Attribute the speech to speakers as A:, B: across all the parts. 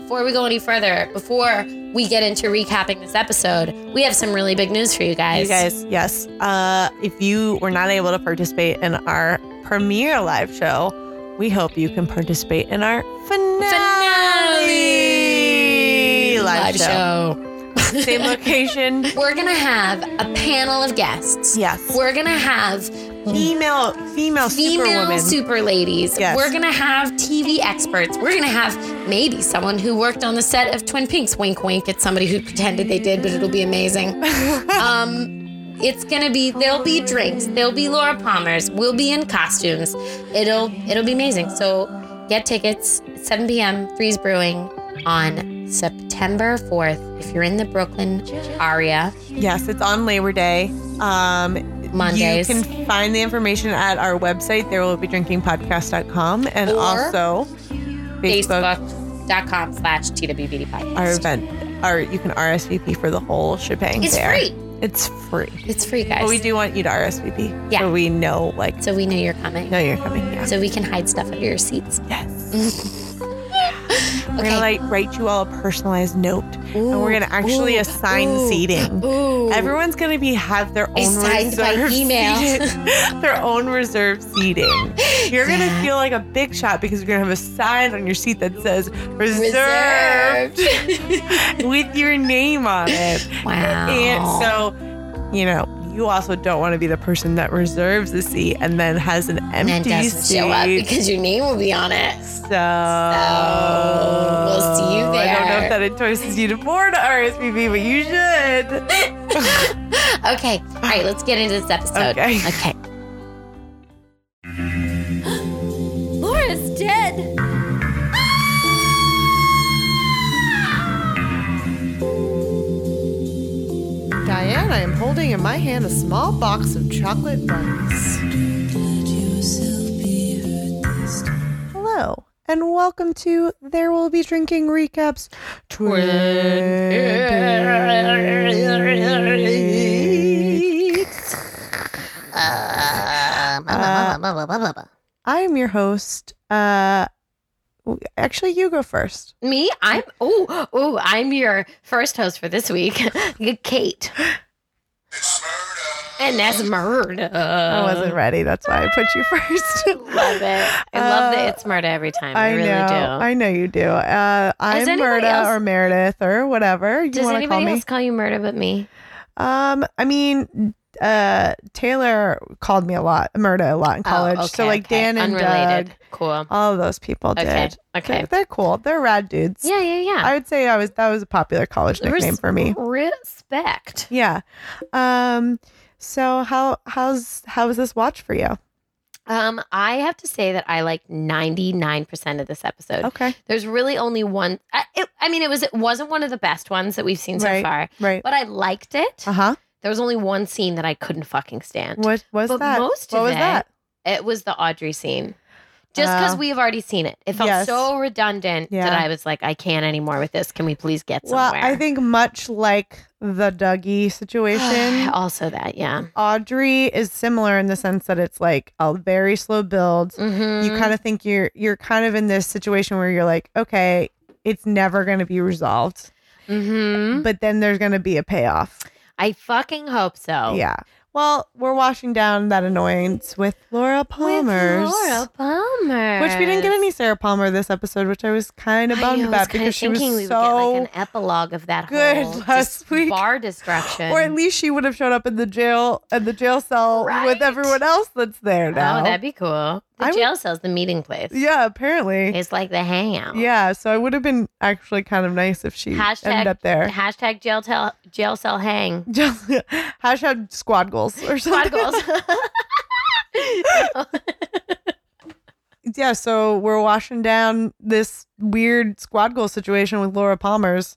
A: before we go any further, before we get into recapping this episode, we have some really big news for you guys.
B: You guys, yes. Uh, if you were not able to participate in our premiere live show, we hope you can participate in our finale,
A: Finale live
B: live,
A: show.
B: show. Same location.
A: We're gonna have a panel of guests.
B: Yes.
A: We're gonna have
B: Female, female,
A: female
B: superwoman.
A: super ladies.
B: Yes.
A: We're gonna have TV experts. We're gonna have maybe someone who worked on the set of Twin Peaks. Wink, wink. It's somebody who pretended they did, but it'll be amazing. um, it's gonna be. There'll be drinks. There'll be Laura Palmer's. We'll be in costumes. It'll it'll be amazing. So get tickets. 7 p.m. Freeze Brewing on September 4th. If you're in the Brooklyn area,
B: Yes, it's on Labor Day. Um,
A: Mondays.
B: You can find the information at our website, there will be drinkingpodcast.com, and
A: Or
B: also Facebook,
A: facebook.com slash TWBD podcast.
B: Our event, our you can RSVP for the whole shebang.
A: It's
B: there.
A: free.
B: It's free.
A: It's free, guys.
B: But we do want you to RSVP.
A: Yeah.
B: So we know, like,
A: So we know you're coming.
B: know you're coming. Yeah.
A: So we can hide stuff under your seats.
B: yes.
A: Okay.
B: We're gonna like write you all a personalized note, and we're
A: Ooh,
B: gonna actually
A: ooh,
B: assign
A: ooh,
B: seating.
A: Ooh.
B: Everyone's gonna be have their own
A: Assigned by
B: reserved
A: email.
B: seating- their own reserved seating. You're gonna
A: Yeah.
B: feel like a big shot because you're gonna have a sign on your seat that says reserved,
A: Reserved.
B: with your name on it.
A: wow.
B: And so, you know, you also don't want to be the person that reserves the seat and then has an
A: and
B: empty
A: then doesn't
B: seat.
A: show up because your name will be on it.
B: so,
A: we'll see you
B: I don't know
A: there.
B: if that entices you to board RSVP, but you should.
A: Okay. All right. Let's get into this episode.
B: Okay.
A: Okay.
C: Laura's dead.
D: Diane, I am holding in my hand a small box of chocolate bunnies.
B: Hello, and welcome to There Will Be Drinking Recaps. Twin Peaks. Uh, I am your host. Uh, w- actually, you go first.
A: Me? I'm. Oh, oh, I'm your first host for this week, Kate. And that's murder.
B: I wasn't ready. That's why I put you first.
A: Um, Love it. I love
B: Uh,
A: that it's murder every time. I,
B: I
A: really
B: know.
A: do.
B: I know you do. Uh, I'm
A: anybody
B: Murda
A: else-
B: or Meredith or whatever you
A: Does
B: want to call
A: anybody
B: me.
A: else call you murder but me?
B: Um, I mean, uh, Taylor called me a lot, Murda a lot in college.
A: Oh,
B: so
A: okay,
B: like
A: okay.
B: Dan and
A: unrelated.
B: Doug,
A: Cool.
B: all of those people
A: Okay.
B: did.
A: Okay.
B: They're, they're cool. They're rad dudes.
A: Yeah, yeah, yeah.
B: I would say I was that was a popular college nickname
A: Res-
B: for me.
A: Respect.
B: Yeah. Um. So how how's how was this watch for you?
A: Um, I have to say that I like ninety nine percent of this episode.
B: Okay.
A: There's really only one. I, it, I mean, it was it wasn't one of the best ones that we've seen so
B: Right.
A: far,
B: Right.
A: but I liked it.
B: Uh huh.
A: There was only one scene that I couldn't fucking stand.
B: What was
A: but
B: that?
A: most
B: what
A: of
B: was
A: it-
B: that?
A: It was the Audrey scene. Just because
B: Oh.
A: we have already seen it, it felt
B: Yes.
A: so redundant that
B: Yeah.
A: I was like, I can't anymore with this. Can we please get
B: Well,
A: somewhere?
B: I think much like the Dougie situation,
A: also that, yeah.
B: Audrey is similar in the sense that it's like a very slow build.
A: Mm-hmm.
B: you kind of think you're you're kind of in this situation where you're like okay it's never going to be resolved
A: Mm-hmm.
B: but then there's going to be a payoff
A: I fucking hope so.
B: yeah well we're washing down that annoyance with laura palmer's
A: With Laura Palmer.
B: which we didn't get any sarah palmer this episode which i was kind of bummed about because she was
A: thinking we
B: so
A: would get like an epilogue of that
B: good
A: whole
B: last
A: dis-
B: week.
A: bar destruction.
B: or at least she would have showed up in the jail at the jail cell
A: Right.
B: with everyone else that's there now
A: Oh, that'd be cool. The
B: I would-
A: jail cell's the meeting place.
B: yeah apparently
A: It's like the hangout.
B: yeah so it would have been actually kind of nice if she
A: Hashtag-
B: ended up there
A: Hashtag jail tell jail cell hang.
B: Just hashtag squad goals or
A: Squad
B: something.
A: goals.
B: Yeah, so we're washing down this weird squad goal situation with Laura Palmer's.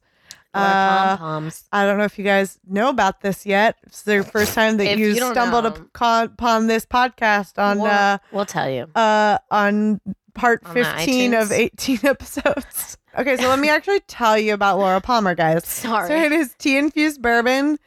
A: Laura
B: Uh,
A: pom-poms.
B: I don't know if you guys know about this yet. It's the first time that
A: If
B: you,
A: you don't
B: stumbled
A: know.
B: upco- upon this podcast on
A: Laura- we'll tell you.
B: uh, uh, on part
A: On the
B: 15 of
A: iTunes.
B: 18 episodes. Okay, so let me actually tell you about Laura Palmer, guys.
A: Sorry.
B: So it is tea infused bourbon,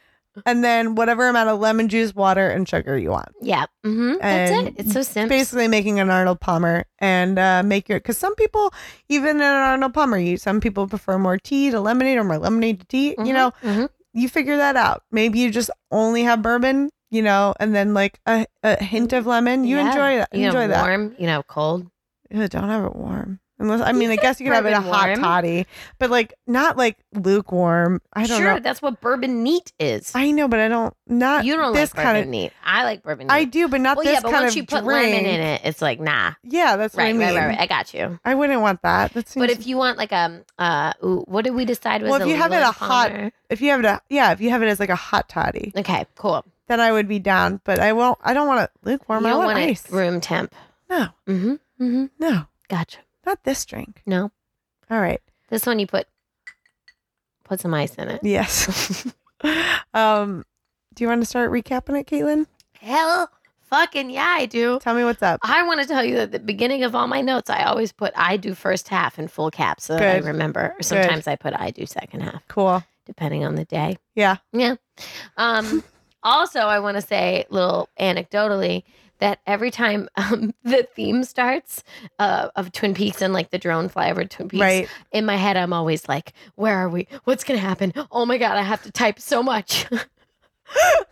B: and then whatever amount of lemon juice, water, and sugar you want.
A: Yeah. Mm-hmm. That's
B: And
A: it. It's so simple.
B: Basically, making an Arnold Palmer and uh, make your because some people even in an Arnold Palmer, you some people prefer more tea to lemonade or more lemonade to tea. You know,
A: mhm.
B: you figure that out. Maybe you just only have bourbon, you know, and then like a, a hint of lemon. You
A: Yeah.
B: enjoy that.
A: You know,
B: enjoy that.
A: warm, you know, cold.
B: Ugh, don't have it warm. Unless I mean, I guess you could have it a
A: bourbon
B: hot
A: warm.
B: toddy, but like not like lukewarm. I don't
A: sure,
B: know.
A: that's what bourbon neat is.
B: I know, but I don't not
A: you don't
B: this
A: like bourbon
B: kind of.
A: neat. I like bourbon neat.
B: I do, but not
A: well,
B: this
A: yeah, but
B: kind
A: once
B: of
A: you put
B: drink.
A: lemon in it, it's like nah.
B: Yeah, that's
A: Right,
B: what I
A: right,
B: mean.
A: right, right. I got you.
B: I wouldn't want that. That seems.
A: But if you want like um uh, ooh, what did we decide was
B: Well, if
A: the
B: you have it a
A: Lillet
B: hot-
A: Palmer?
B: if you have it, a, yeah, if you have it as like a hot toddy,
A: Okay, cool.
B: then I would be down. But I won't. I don't want it lukewarm.
A: you
B: I
A: don't
B: want,
A: it
B: ice.
A: room temp.
B: No,
A: Mm-hmm. Mm-hmm.
B: no,
A: Gotcha.
B: not this drink.
A: No,
B: All right.
A: this one you put put some ice in it.
B: Yes. um, do you want to start recapping it, Caitlin?
A: Hell, fucking yeah, I do.
B: Tell me what's up.
A: I want to tell you that at the beginning of all my notes, I always put I do first half in full caps so that
B: Good.
A: I remember. Or sometimes I put I do second half,
B: Cool.
A: depending on the day.
B: Yeah.
A: Yeah. Um, also, I want to say, little anecdotally, that every time um, the theme starts uh, of Twin Peaks and like the drone fly over Twin Peaks,
B: Right.
A: in my head, I'm always like, where are we? What's going to happen? Oh my God, I have to type so much. Uh, but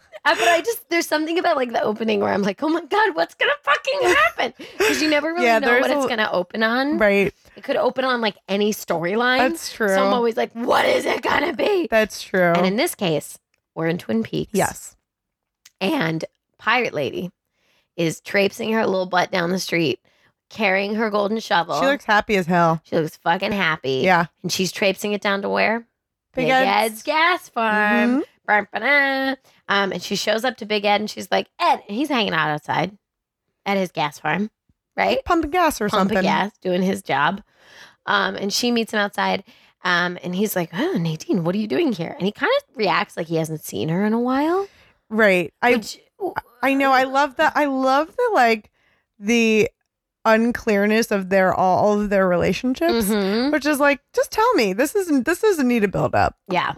A: I just, there's something about like the opening where I'm like, oh my God, what's going to fucking happen? Because you never really
B: Yeah,
A: know
B: there's
A: what
B: a-
A: it's going to open on.
B: Right.
A: It could open on like any storyline.
B: That's
A: Mm-hmm. So I'm
B: true.
A: always like, what is it going to be?
B: That's true.
A: And in this case, we're in Twin Peaks.
B: yes.
A: And Pirate Lady is traipsing her little butt down the street, carrying her golden shovel.
B: She looks happy as hell.
A: She looks fucking happy.
B: Yeah.
A: And she's traipsing it down to where?
B: Big
A: Big,
B: Ed's.
A: Ed's. gas farm.
B: Mhm.
A: Brum, ba-da. Um, and she shows up to Big Ed and she's like, Ed, and he's hanging out outside at his gas farm, right?
B: Pumping gas or
A: Pumping
B: something.
A: gas, doing his job. Um, and she meets him outside. Um, and he's like, Oh, Nadine, what are you doing here? And he kind of reacts like he hasn't seen her in a while.
B: Right. I
A: which-
B: I know. I love that. I love the like the unclearness of their all of their relationships,
A: Mhm.
B: which is like just tell me this isn't this doesn't need a build up.
A: Yeah.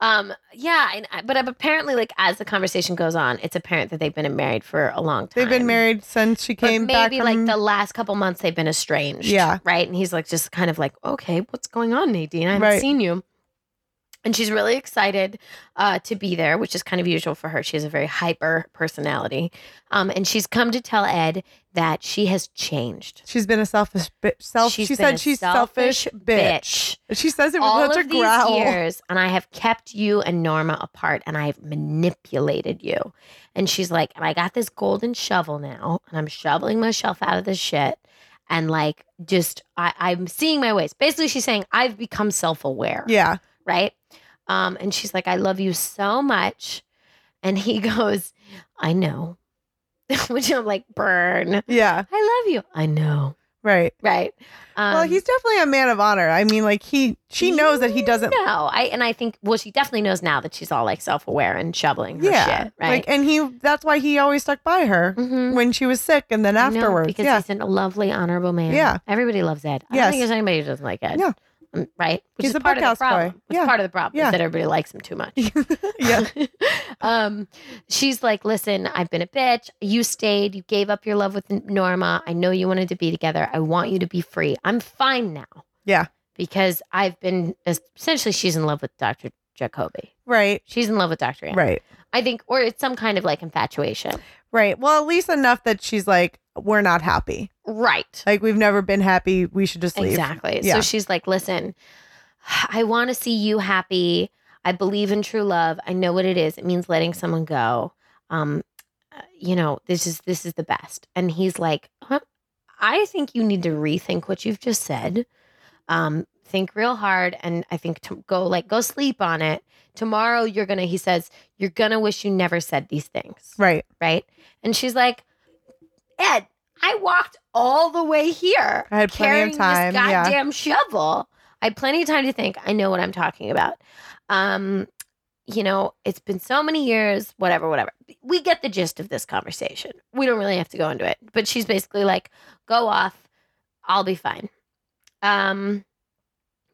A: Um, yeah, and I- but apparently, like as the conversation goes on, it's apparent that they've been married for a long time.
B: They've been married since she
A: But
B: came back
A: maybe
B: from
A: like the last couple months they've been estranged.
B: Yeah.
A: Right. And he's like just kind of like, okay, what's going on, Nadine? I haven't
B: Right.
A: seen you. And she's really excited uh, to be there, which is kind of usual for her. She has a very hyper personality. Um, and she's come to tell Ed that she has changed.
B: she's been a selfish bi- self.
A: She's
B: she
A: been a
B: said she's selfish, bitch. She says it with
A: All
B: such a
A: of these
B: growl.
A: years, and I have kept you and Norma apart, and I have manipulated you. And she's like, and I got this golden shovel now, and I'm shoveling myself out of this shit, and like, just I, I'm seeing my ways. Basically, she's saying I've become self-aware,
B: Yeah.
A: right? Um, and she's like, I love you so much, and he goes, I know, which I'm like, burn.
B: Yeah.
A: I love you. I know,
B: Right.
A: right? Um,
B: well, he's definitely a man of honor. I mean, like he she knows that he doesn't.
A: No, I and I think well, she definitely knows now that she's all like self-aware and shoveling her
B: Yeah.
A: shit, right?
B: Like, and he that's why he always stuck by her
A: Mhm.
B: when she was sick, and then
A: I know,
B: afterwards.
A: because
B: yeah.
A: he's a lovely, honorable man.
B: Yeah.
A: everybody loves Ed. I
B: Yes.
A: don't think there's anybody who doesn't like Ed.
B: No.
A: Um, right. Which
B: He's
A: is
B: a
A: part of the
B: bunkhouse boy.
A: problem. It's
B: Yeah.
A: part of the problem
B: Yeah.
A: is that everybody likes him too much.
B: yeah.
A: um, she's like, listen, I've been a bitch. You stayed. You gave up your love with Norma. I know you wanted to be together. I want you to be free. I'm fine now.
B: Yeah.
A: Because I've been essentially, she's in love with Dr. Jacoby.
B: Right.
A: She's in love with Dr. Anne.
B: Right.
A: I think, or it's some kind of like infatuation.
B: Right. Well, at least enough that she's like, we're not happy.
A: Right.
B: Like we've never been happy. We should just leave.
A: Exactly.
B: Yeah.
A: So she's like, listen, I want to see you happy. I believe in true love. I know what it is. It means letting someone go. Um, uh, you know, this is this is the best. And he's like, huh? I think you need to rethink what you've just said. Um, think real hard, and I think to go like go sleep on it. Tomorrow you're gonna. He says you're gonna wish you never said these things.
B: Right.
A: right? And she's like, Ed, I walked all the way here.
B: I had plenty
A: carrying
B: of time.
A: This
B: Yeah.
A: goddamn shovel. I had plenty of time to think. I know what I'm talking about. Um, you know, it's been so many years, whatever, whatever. We get the gist of this conversation. We don't really have to go into it. But she's basically like, go off. I'll be fine. Um,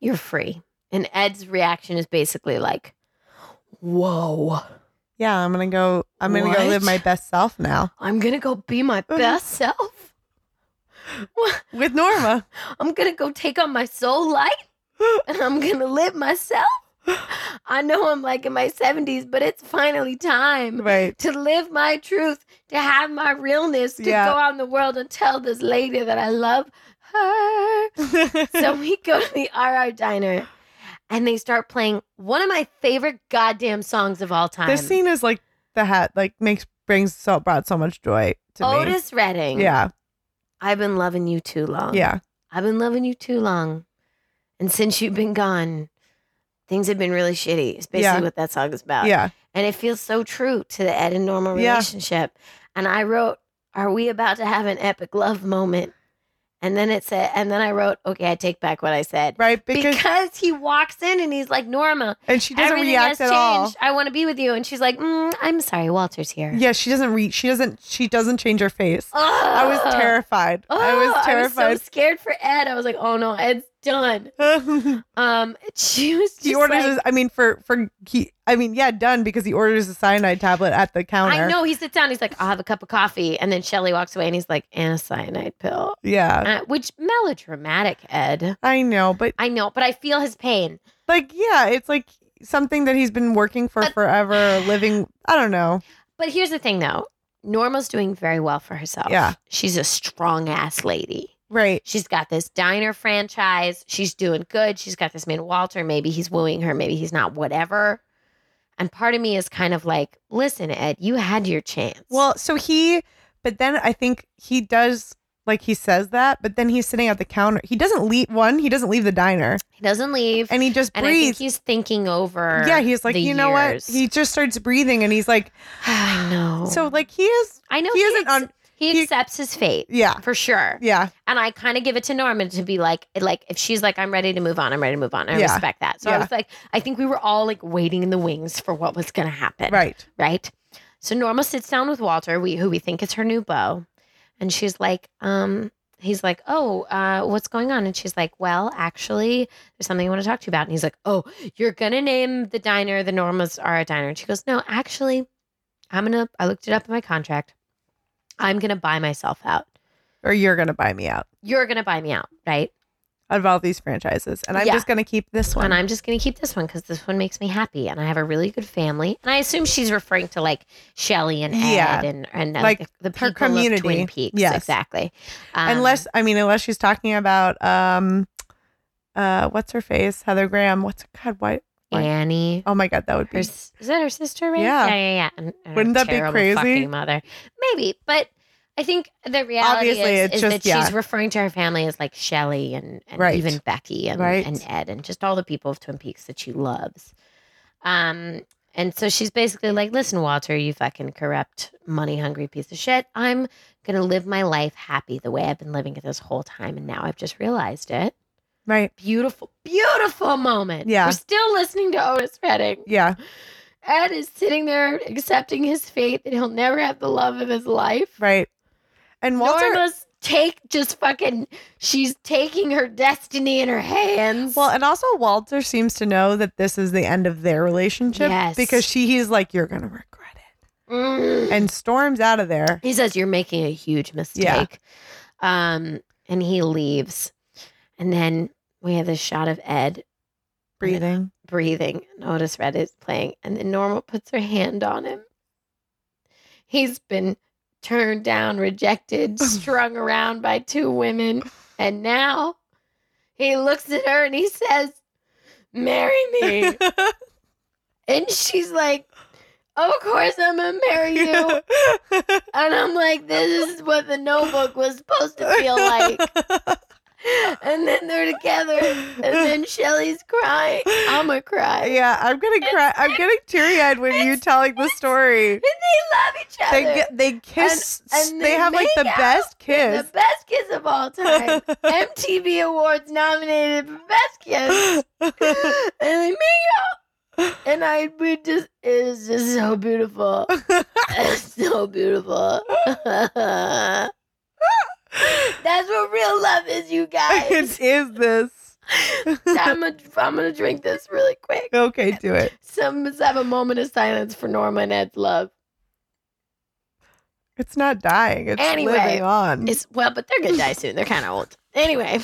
A: you're free. And Ed's reaction is basically like, whoa.
B: Yeah, I'm gonna go. I'm gonna go
A: What?
B: live my best self now
A: I'm gonna go be my
B: Uh-huh.
A: best self.
B: with Norma.
A: I'm gonna go take on my soul light and I'm gonna live myself. I know I'm like in my 70s, but it's finally time
B: right.
A: to live my truth, to have my realness, to
B: Yeah.
A: go out in the world and tell this lady that I love her. so we go to the RR Diner and they start playing one of my favorite goddamn songs of all time.
B: this scene is like the hat like makes brings so brought so much joy to
A: Otis
B: me.
A: Redding.
B: Yeah,
A: I've been loving you too long.
B: yeah,
A: I've been loving you too long. And since you've been gone, things have been really shitty. It's basically
B: Yeah.
A: what that song is about.
B: yeah.
A: And it feels so true to the Ed and Norma
B: Yeah.
A: relationship. And I wrote, Are we about to have an epic love moment? And then it said, and then I wrote, Okay, I take back what I said.
B: Right, because,
A: Because, he walks in and he's like, Norma,
B: and she doesn't
A: everything
B: react
A: has
B: at all.
A: changed. I want to be with you. And she's like, mm, I'm sorry, Walter's here.
B: Yeah, she doesn't read. She doesn't. She doesn't change her face. I was
A: Ugh.
B: terrified. I
A: Oh,
B: was
A: I
B: terrified.
A: was Ah. so scared for Ed. I was like, oh no, Ed's done. Um, she was just
B: he orders.
A: like-
B: his, I mean, for for he. I mean, yeah, done because he orders a cyanide tablet at the counter.
A: I know he sits down. He's like, I'll have a cup of coffee, and then Shelly walks away, and he's like, and a cyanide pill,
B: Yeah,
A: uh, which melodramatic, Ed.
B: I know, but
A: I know, but I feel his pain.
B: like, yeah, it's like something that he's been working for
A: But-
B: forever, living. I don't know.
A: But here's the thing, though. Norma's doing very well for herself.
B: Yeah.
A: she's a strong ass lady.
B: Right.
A: She's got this diner franchise. She's doing good. She's got this man, Walter. Maybe he's wooing her. Maybe he's not, whatever. And part of me is kind of like, listen, Ed, you had your chance.
B: Well, so he, but then I think he does like he says that, but then he's sitting at the counter. He doesn't leave one. He doesn't leave the diner,
A: he doesn't leave. And,
B: and he just
A: I think
B: breathes.
A: he's thinking over.
B: yeah, he's like,
A: the
B: you know
A: years." Oh.
B: what? He just starts breathing, and he's like,
A: I know.
B: so like he is.
A: I know
B: he isn't
A: ex-
B: on-
A: he,
B: he-
A: accepts his fate
B: Yeah,
A: for sure.
B: yeah,
A: And I kind of give it to Norman to be like, like if she's like, I'm ready to move on, I'm ready to move on. I
B: Yeah.
A: respect that. So I
B: Yeah.
A: was like, I think we were all like waiting in the wings for what was going to happen.
B: right.
A: right? So Norma sits down with Walter, we, who we think is her new beau, and she's like, um, he's like, oh, uh, what's going on? And she's like, well, actually, there's something I want to talk to you about. And he's like, oh, you're gonna name the diner the Normas are a diner. And she goes, no, actually, I'm gonna. I looked it up in my contract. I'm gonna buy myself out.
B: Or you're gonna buy me out
A: You're gonna buy me out, right?
B: out of all these franchises, and I'm
A: Yeah.
B: just gonna keep this one.
A: And I'm just going to keep this one because this one makes me happy. And I have a really good family. And I assume she's referring to like Shelly and Ed
B: Yeah.
A: and, and uh,
B: Like,
A: the, the
B: her
A: people
B: community.
A: Of Twin Peaks.
B: Yes.
A: Exactly. Um,
B: unless I mean, unless she's talking about um, uh, what's her face, Heather Graham. What's God? Why?
A: Um, Annie.
B: Oh my God, that would
A: Her,
B: be.
A: s- is that her sister, right?
B: Yeah.
A: Yeah, yeah, yeah. And, and her
B: Wouldn't that be
A: terrible
B: crazy?
A: Fucking mother. Maybe. But I think the reality
B: Obviously,
A: is,
B: it's
A: is
B: just-
A: that she's referring to her family as like Shelly and, and
B: Right.
A: even Becky and,
B: Right.
A: and Ed and just all the people of Twin Peaks that she loves. Um, and so she's basically like, listen, Walter, you fucking corrupt, money hungry piece of shit. I'm going to live my life happy the way I've been living it this whole time. And now I've just realized it.
B: Right.
A: Beautiful, beautiful moment.
B: Yeah.
A: We're still listening to Otis Redding.
B: Yeah.
A: Ed is sitting there accepting his fate that he'll never have the love of his life.
B: Right. And Walter.
A: Norma's take just fucking she's taking her destiny in her hands.
B: Well, and also Walter seems to know that this is the end of their relationship
A: Yes.
B: because she he's like, You're gonna regret it.
A: Mm.
B: And storms out of there.
A: he says you're making a huge mistake. Um and he leaves. And then we have this shot of Ed
B: Breathing.
A: breathing. and Otis Red is playing, and then Norma puts her hand on him. He's been turned down, rejected, strung around by two women, and now he looks at her and he says, "Marry me." and she's like, "Of course I'm gonna marry you." And I'm like, "This is what the Notebook was supposed to feel like." And then they're together, and then Shelly's crying. I'ma cry.
B: yeah, I'm gonna cry. I'm getting teary eyed when you're telling the story.
A: and they love each other.
B: They get, they kiss.
A: And- and
B: they,
A: they
B: have like the
A: make out
B: best
A: And
B: kiss.
A: The best kiss of all time. MTV Awards nominated for best kiss. and they make out. And I we just it is just so beautiful. It's so beautiful. That's what real love is, you guys.
B: it is this.
A: I'm gonna, I'm gonna drink this really quick.
B: Okay, do it.
A: Some let's have a moment of silence for Norma and Ed's love.
B: It's not dying. It's
A: Anyway,
B: living on.
A: It's well, but they're gonna die soon. They're kind of old. Anyway.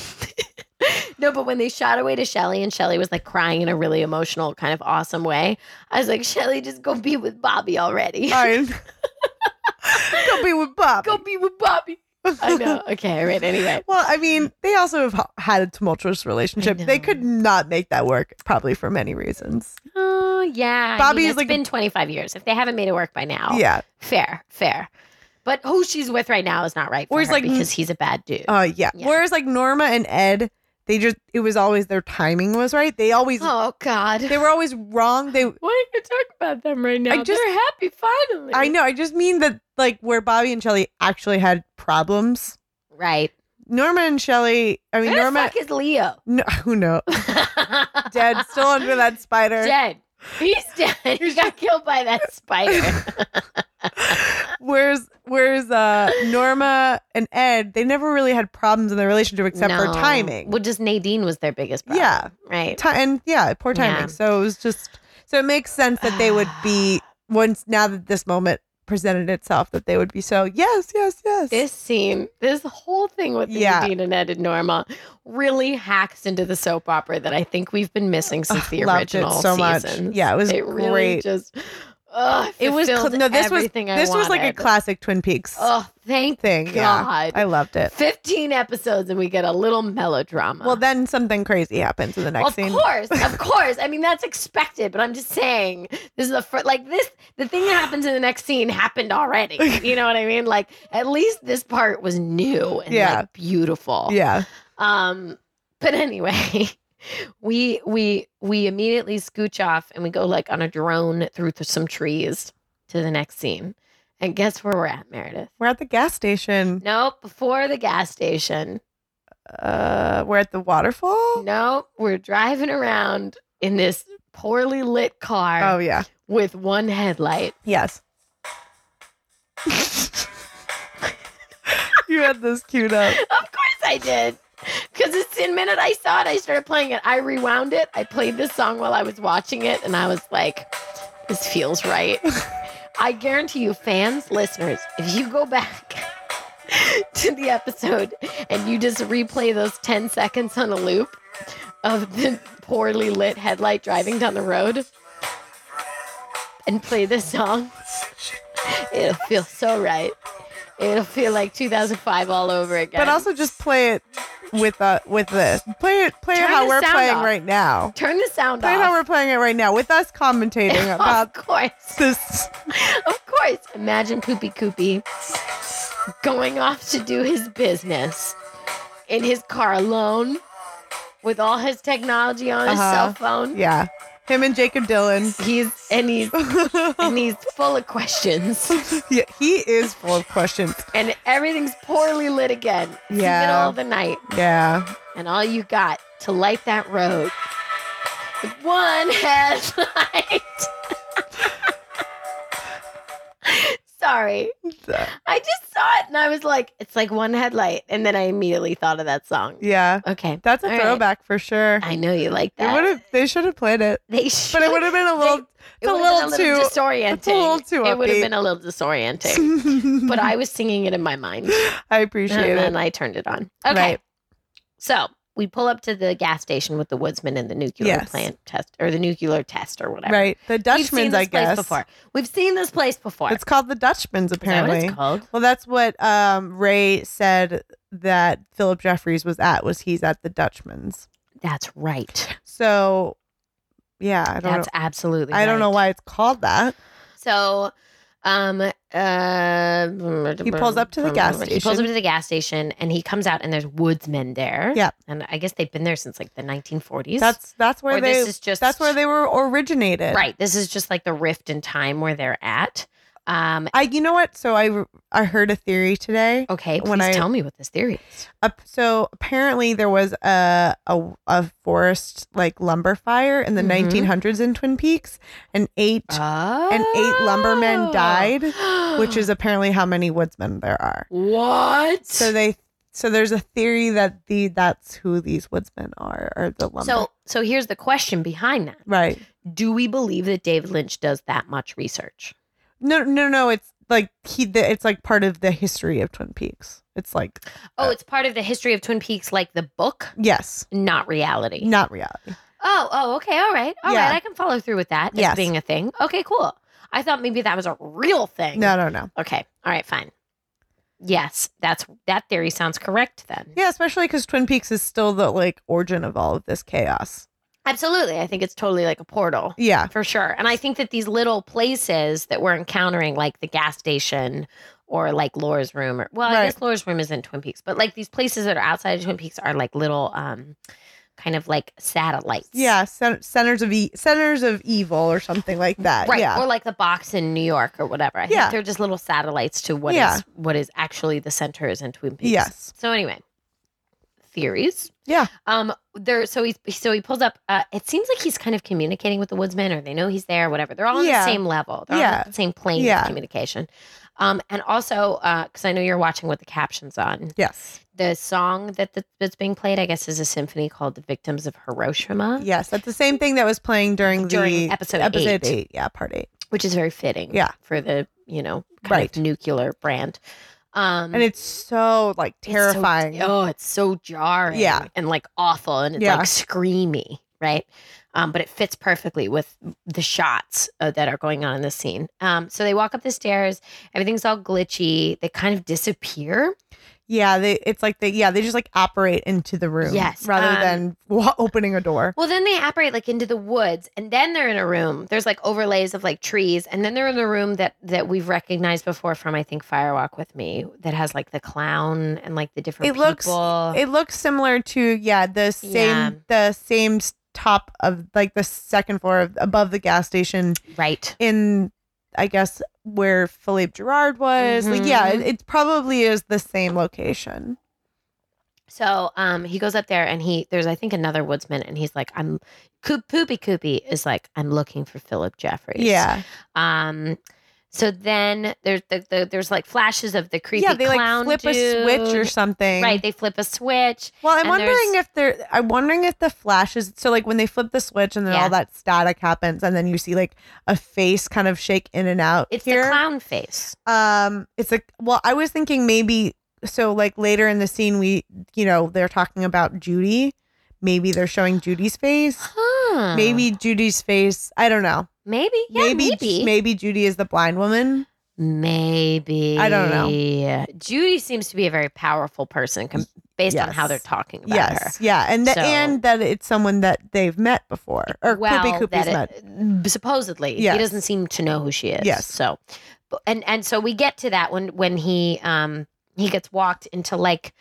A: no, but when they shot away to Shelly and Shelly was like crying in a really emotional, kind of awesome way, I was like, Shelly, just go be with Bobby already.
B: Fine. Go be with Bob.
A: go be with Bobby. I know. Okay. All right. Anyway.
B: Well, I mean, they also have h- had a tumultuous relationship.
A: know.
B: They could not make that work, probably for many reasons.
A: Oh yeah.
B: Bobby
A: I mean,
B: is
A: it's
B: like a-
A: been 25 years. If they haven't made it work by now,
B: Yeah.
A: fair, fair. But who she's with right now is not right for
B: Or it's
A: her
B: like-
A: because he's Oh, a bad dude.
B: Uh, yeah.
A: Yeah.
B: Whereas like Norma and Ed, they just it was always their timing was right. They always
A: oh God.
B: they were always wrong. They
A: Why are you talking about them right now?
B: I just-
A: They're happy finally.
B: I know. I just mean that like where Bobby and Shelley actually had problems.
A: Right.
B: Norma and Shelley. I mean
A: Where the
B: Norma.
A: fuck is Leo?
B: No, who knows? Dead, still under that spider.
A: Dead. He's dead. He got killed by that spider.
B: Whereas whereas uh Norma and Ed, they never really had problems in their relationship except
A: No.
B: for timing.
A: Well, just Nadine was their biggest problem.
B: yeah.
A: Right.
B: Ti- and yeah, poor timing.
A: Yeah.
B: So it was just so it makes sense that they would be once now that this moment presented itself that they would be so yes, yes, yes.
A: This scene, this whole thing with
B: Yeah.
A: Nadine and Ed and Norma really hacks into the soap opera that I think we've been missing since
B: Ugh,
A: the
B: loved it
A: original
B: so much.
A: seasons.
B: Yeah, it was
A: It really
B: great.
A: just ugh,
B: it was cl-
A: fulfilled
B: no this was
A: everything I
B: this was like a
A: wanted.
B: classic Twin Peaks
A: Oh, thank
B: thing. Yeah.
A: God.
B: I loved it.
A: 15 episodes and we get a little melodrama.
B: Well, then something crazy happens in the next
A: of
B: scene.
A: course, of course. I mean, that's expected, but I'm just saying this is the first, like this, the thing that happens in the next scene happened already. You know what I mean? Like at least this part was new and
B: Yeah.
A: like beautiful.
B: Yeah.
A: Um, but anyway, we, we, we immediately scooch off and we go like on a drone through to some trees to the next scene. And guess where we're at, Meredith?
B: We're at the gas station.
A: Nope, before the gas station.
B: Uh we're at the waterfall.
A: Nope, we're driving around in this poorly lit car.
B: Oh yeah.
A: with one headlight.
B: Yes. you had this queued up.
A: Of course I did. Because it's the minute I saw it, I started playing it. I rewound it. I played this song while I was watching it, and I was like, this feels right. I guarantee you, fans, listeners, if you go back to the episode and you just replay those 10 seconds on a loop of the poorly lit headlight driving down the road and play this song, it'll feel so right. It'll feel like 2005 all over again.
B: But also just play it with uh with this. Play it play it
A: Turn
B: how
A: the
B: we're
A: sound
B: playing
A: off.
B: right now.
A: turn the sound
B: Play it
A: off.
B: how we're playing it right now with us commentating
A: of
B: about
A: course.
B: this.
A: Of course. Imagine Poopy Koopy going off to do his business in his car alone with all his technology on his
B: Uh-huh.
A: cell phone.
B: Yeah. Him and Jacob Dylan.
A: He's and he's and he's full of questions.
B: yeah, he is full of questions.
A: And everything's poorly lit again. It's the
B: Yeah.
A: middle of the night.
B: Yeah.
A: And all you got to light that road. is One headlight. Sorry. I just saw it and I was like, it's like one headlight. And then I immediately thought of that song.
B: Yeah.
A: Okay.
B: That's a
A: All right.
B: throwback for sure.
A: I know you like
B: They
A: that.
B: would have they should have played it.
A: they should.
B: But it would have been a little
A: it
B: it's a
A: would've been
B: little too
A: disorienting.
B: it's a little too
A: It would have
B: upbeat.
A: been a little disorienting. but I was singing it in my mind.
B: I appreciate
A: And
B: it.
A: then I turned it on. Okay.
B: Right.
A: So we pull up to the gas station with the woodsman and the nuclear
B: Yes.
A: plant test or the nuclear test or whatever.
B: Right. The
A: We've seen
B: Dutchman's,
A: this
B: I guess.
A: place before. We've seen this place before.
B: It's called the Dutchman's,
A: Is that what
B: apparently.
A: it's called?
B: well, that's what um, Ray said that Philip Jeffries was at. Was he's at the Dutchman's?
A: That's right.
B: So, yeah, I don't.
A: That's
B: Know,
A: absolutely.
B: I don't know
A: right.
B: why it's called that.
A: So, um, uh,
B: He pulls up to the gas
A: He pulls up
B: station.
A: to the gas station, and he comes out, and there's woodsmen there.
B: Yeah.
A: and I guess they've been there since like the 1940s.
B: That's that's where
A: Or
B: they.
A: this is just-
B: that's where they were originated.
A: right. This is just like the rift in time where they're at. Um,
B: I. You know what? So I. I heard a theory today.
A: okay, please
B: When I-
A: tell me what this theory is.
B: Up, so apparently there was a a, a forest like lumber fire in the
A: Mhm.
B: 1900s in Twin Peaks, and eight
A: Oh.
B: and eight lumbermen died, which is apparently how many woodsmen there are.
A: what?
B: So they So there's a theory that the that's who these woodsmen are, or the lumber.
A: So, so here's the question behind that:
B: right.
A: Do we believe that David Lynch does that much research?
B: No, no, no. It's like he. The, it's like part of the history of Twin Peaks. It's like
A: Oh,
B: Uh,
A: it's part of the history of Twin Peaks, like the book,
B: yes,
A: not reality.
B: not reality.
A: Oh, oh, okay, all right, all right.
B: Yeah.
A: I can follow through with that as
B: Yes.
A: being a thing. Okay, cool. I thought maybe that was a real thing.
B: No, no, no.
A: Okay, all right, fine. Yes, that's that theory sounds correct then.
B: Yeah, especially because Twin Peaks is still the like origin of all of this chaos.
A: Absolutely, I think it's totally like a portal.
B: Yeah,
A: For sure. And I think that these little places that we're encountering, like the gas station or like Laura's room, or well, I
B: Right.
A: guess Laura's room is in Twin Peaks, but like these places that are outside of Twin Peaks are like little um kind of like satellites.
B: yeah. Cen- centers of e- centers of evil or something like that.
A: Right.
B: Yeah.
A: Or like the box in New York or whatever. I
B: Yeah.
A: think they're just little satellites to what is
B: Yeah.
A: what is actually the center is in Twin Peaks.
B: Yes.
A: So anyway, theories.
B: Yeah.
A: Um. There. So he. So he pulls up. Uh. It seems like he's kind of communicating with the woodsman, or they know he's there, whatever. They're all on
B: Yeah.
A: the same level. They're all
B: Yeah.
A: on the same plane
B: Yeah.
A: of communication. Um. And also, uh, because I know you're watching with the captions on,
B: Yes.
A: the song that the, that's being played, I guess, is a symphony called "The Victims of Hiroshima,"
B: Yes. That's the same thing that was playing during the
A: During episode eight. Mm-hmm.
B: Yeah, part eight.
A: which is very fitting.
B: Yeah.
A: For the you know kind
B: Right.
A: of nuclear brand. Um.
B: And it's so like
A: It's so-
B: terrifying.
A: oh, it's so jarring.
B: Yeah.
A: And like awful and it's
B: Yeah.
A: like screamy, right? Um, but it fits perfectly with the shots uh, that are going on in this scene. Um, so they walk up the stairs. Everything's all glitchy. They kind of disappear.
B: Yeah, they it's like they yeah, they just like operate into the room
A: Yes,
B: rather
A: um,
B: than wa- opening a door.
A: Well, then they operate like into the woods, and then they're in a room. There's like overlays of like trees, and then they're in a room that that we've recognized before from I think Firewalk with Me that has like the clown and like the different.
B: It looks-
A: people.
B: It looks similar to yeah, the same
A: Yeah.
B: the same s- top of like the second floor of, above the gas station
A: right.
B: in I guess where Philippe Gerard was. Like yeah,
A: Mm-hmm.
B: it, it probably is the same location.
A: So um, he goes up there and he there's I think another woodsman and he's like I'm Coop Poopy Coopy is like I'm looking for Philip Jeffries.
B: Yeah.
A: Um. So then there's the, the there's like flashes of the creepy
B: yeah, they like
A: clown
B: flip a switch or
A: dude.
B: something.
A: Right. They flip a switch.
B: Well, I'm
A: And
B: wondering
A: there's-
B: if they're. I'm wondering if the flashes. So, like when they flip the switch and then
A: Yeah.
B: all that static happens, and then you see like a face kind of shake in and out.
A: It's
B: here.
A: the clown face.
B: Um, it's like. Well, I was thinking maybe. So, like later in the scene, we, you know, they're talking about Judy. Maybe they're showing Judy's face.
A: Huh.
B: Maybe Judy's face. I don't know.
A: Maybe. Yeah. Maybe. Maybe.
B: maybe Judy is the blind woman.
A: Maybe.
B: I don't know.
A: Judy seems to be a very powerful person com- based on how
B: Yes.
A: they're talking about
B: yes,
A: her.
B: yeah, and that
A: So-
B: and that it's someone that they've met before or
A: well,
B: Koopy Koopy's
A: that
B: met.
A: it- mm, supposedly
B: Yes.
A: he doesn't seem to know who she is.
B: Yes.
A: So, but- and and so we get to that when when he um he gets walked into like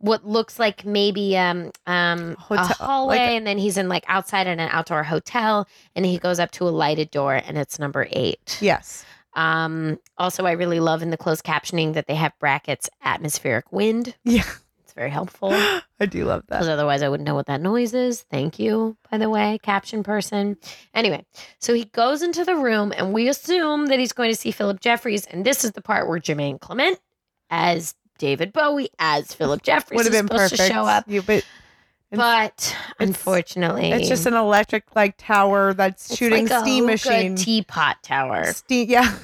A: what looks like maybe um um
B: Hotel-
A: a
B: like-
A: hallway, and then he's in like outside in an outdoor hotel, and he goes up to a lighted door, and it's number eight.
B: yes,
A: Um. Also, I really love in the closed captioning that they have brackets atmospheric wind.
B: yeah,
A: It's very helpful.
B: I do love that.
A: because otherwise I wouldn't know what that noise is. Thank you, by the way, caption person. Anyway, so he goes into the room, and we assume that he's going to see Philip Jeffries, and this is the part where Jermaine Clement, as David Bowie, as Philip Jeffries,
B: would have
A: is
B: been
A: supposed
B: perfect.
A: to show up.
B: You- but It's-
A: But unfortunately,
B: it's just an electric like tower that's
A: it's
B: shooting
A: like a
B: steam
A: hookah
B: machine.
A: teapot tower. It's
B: Steam, yeah,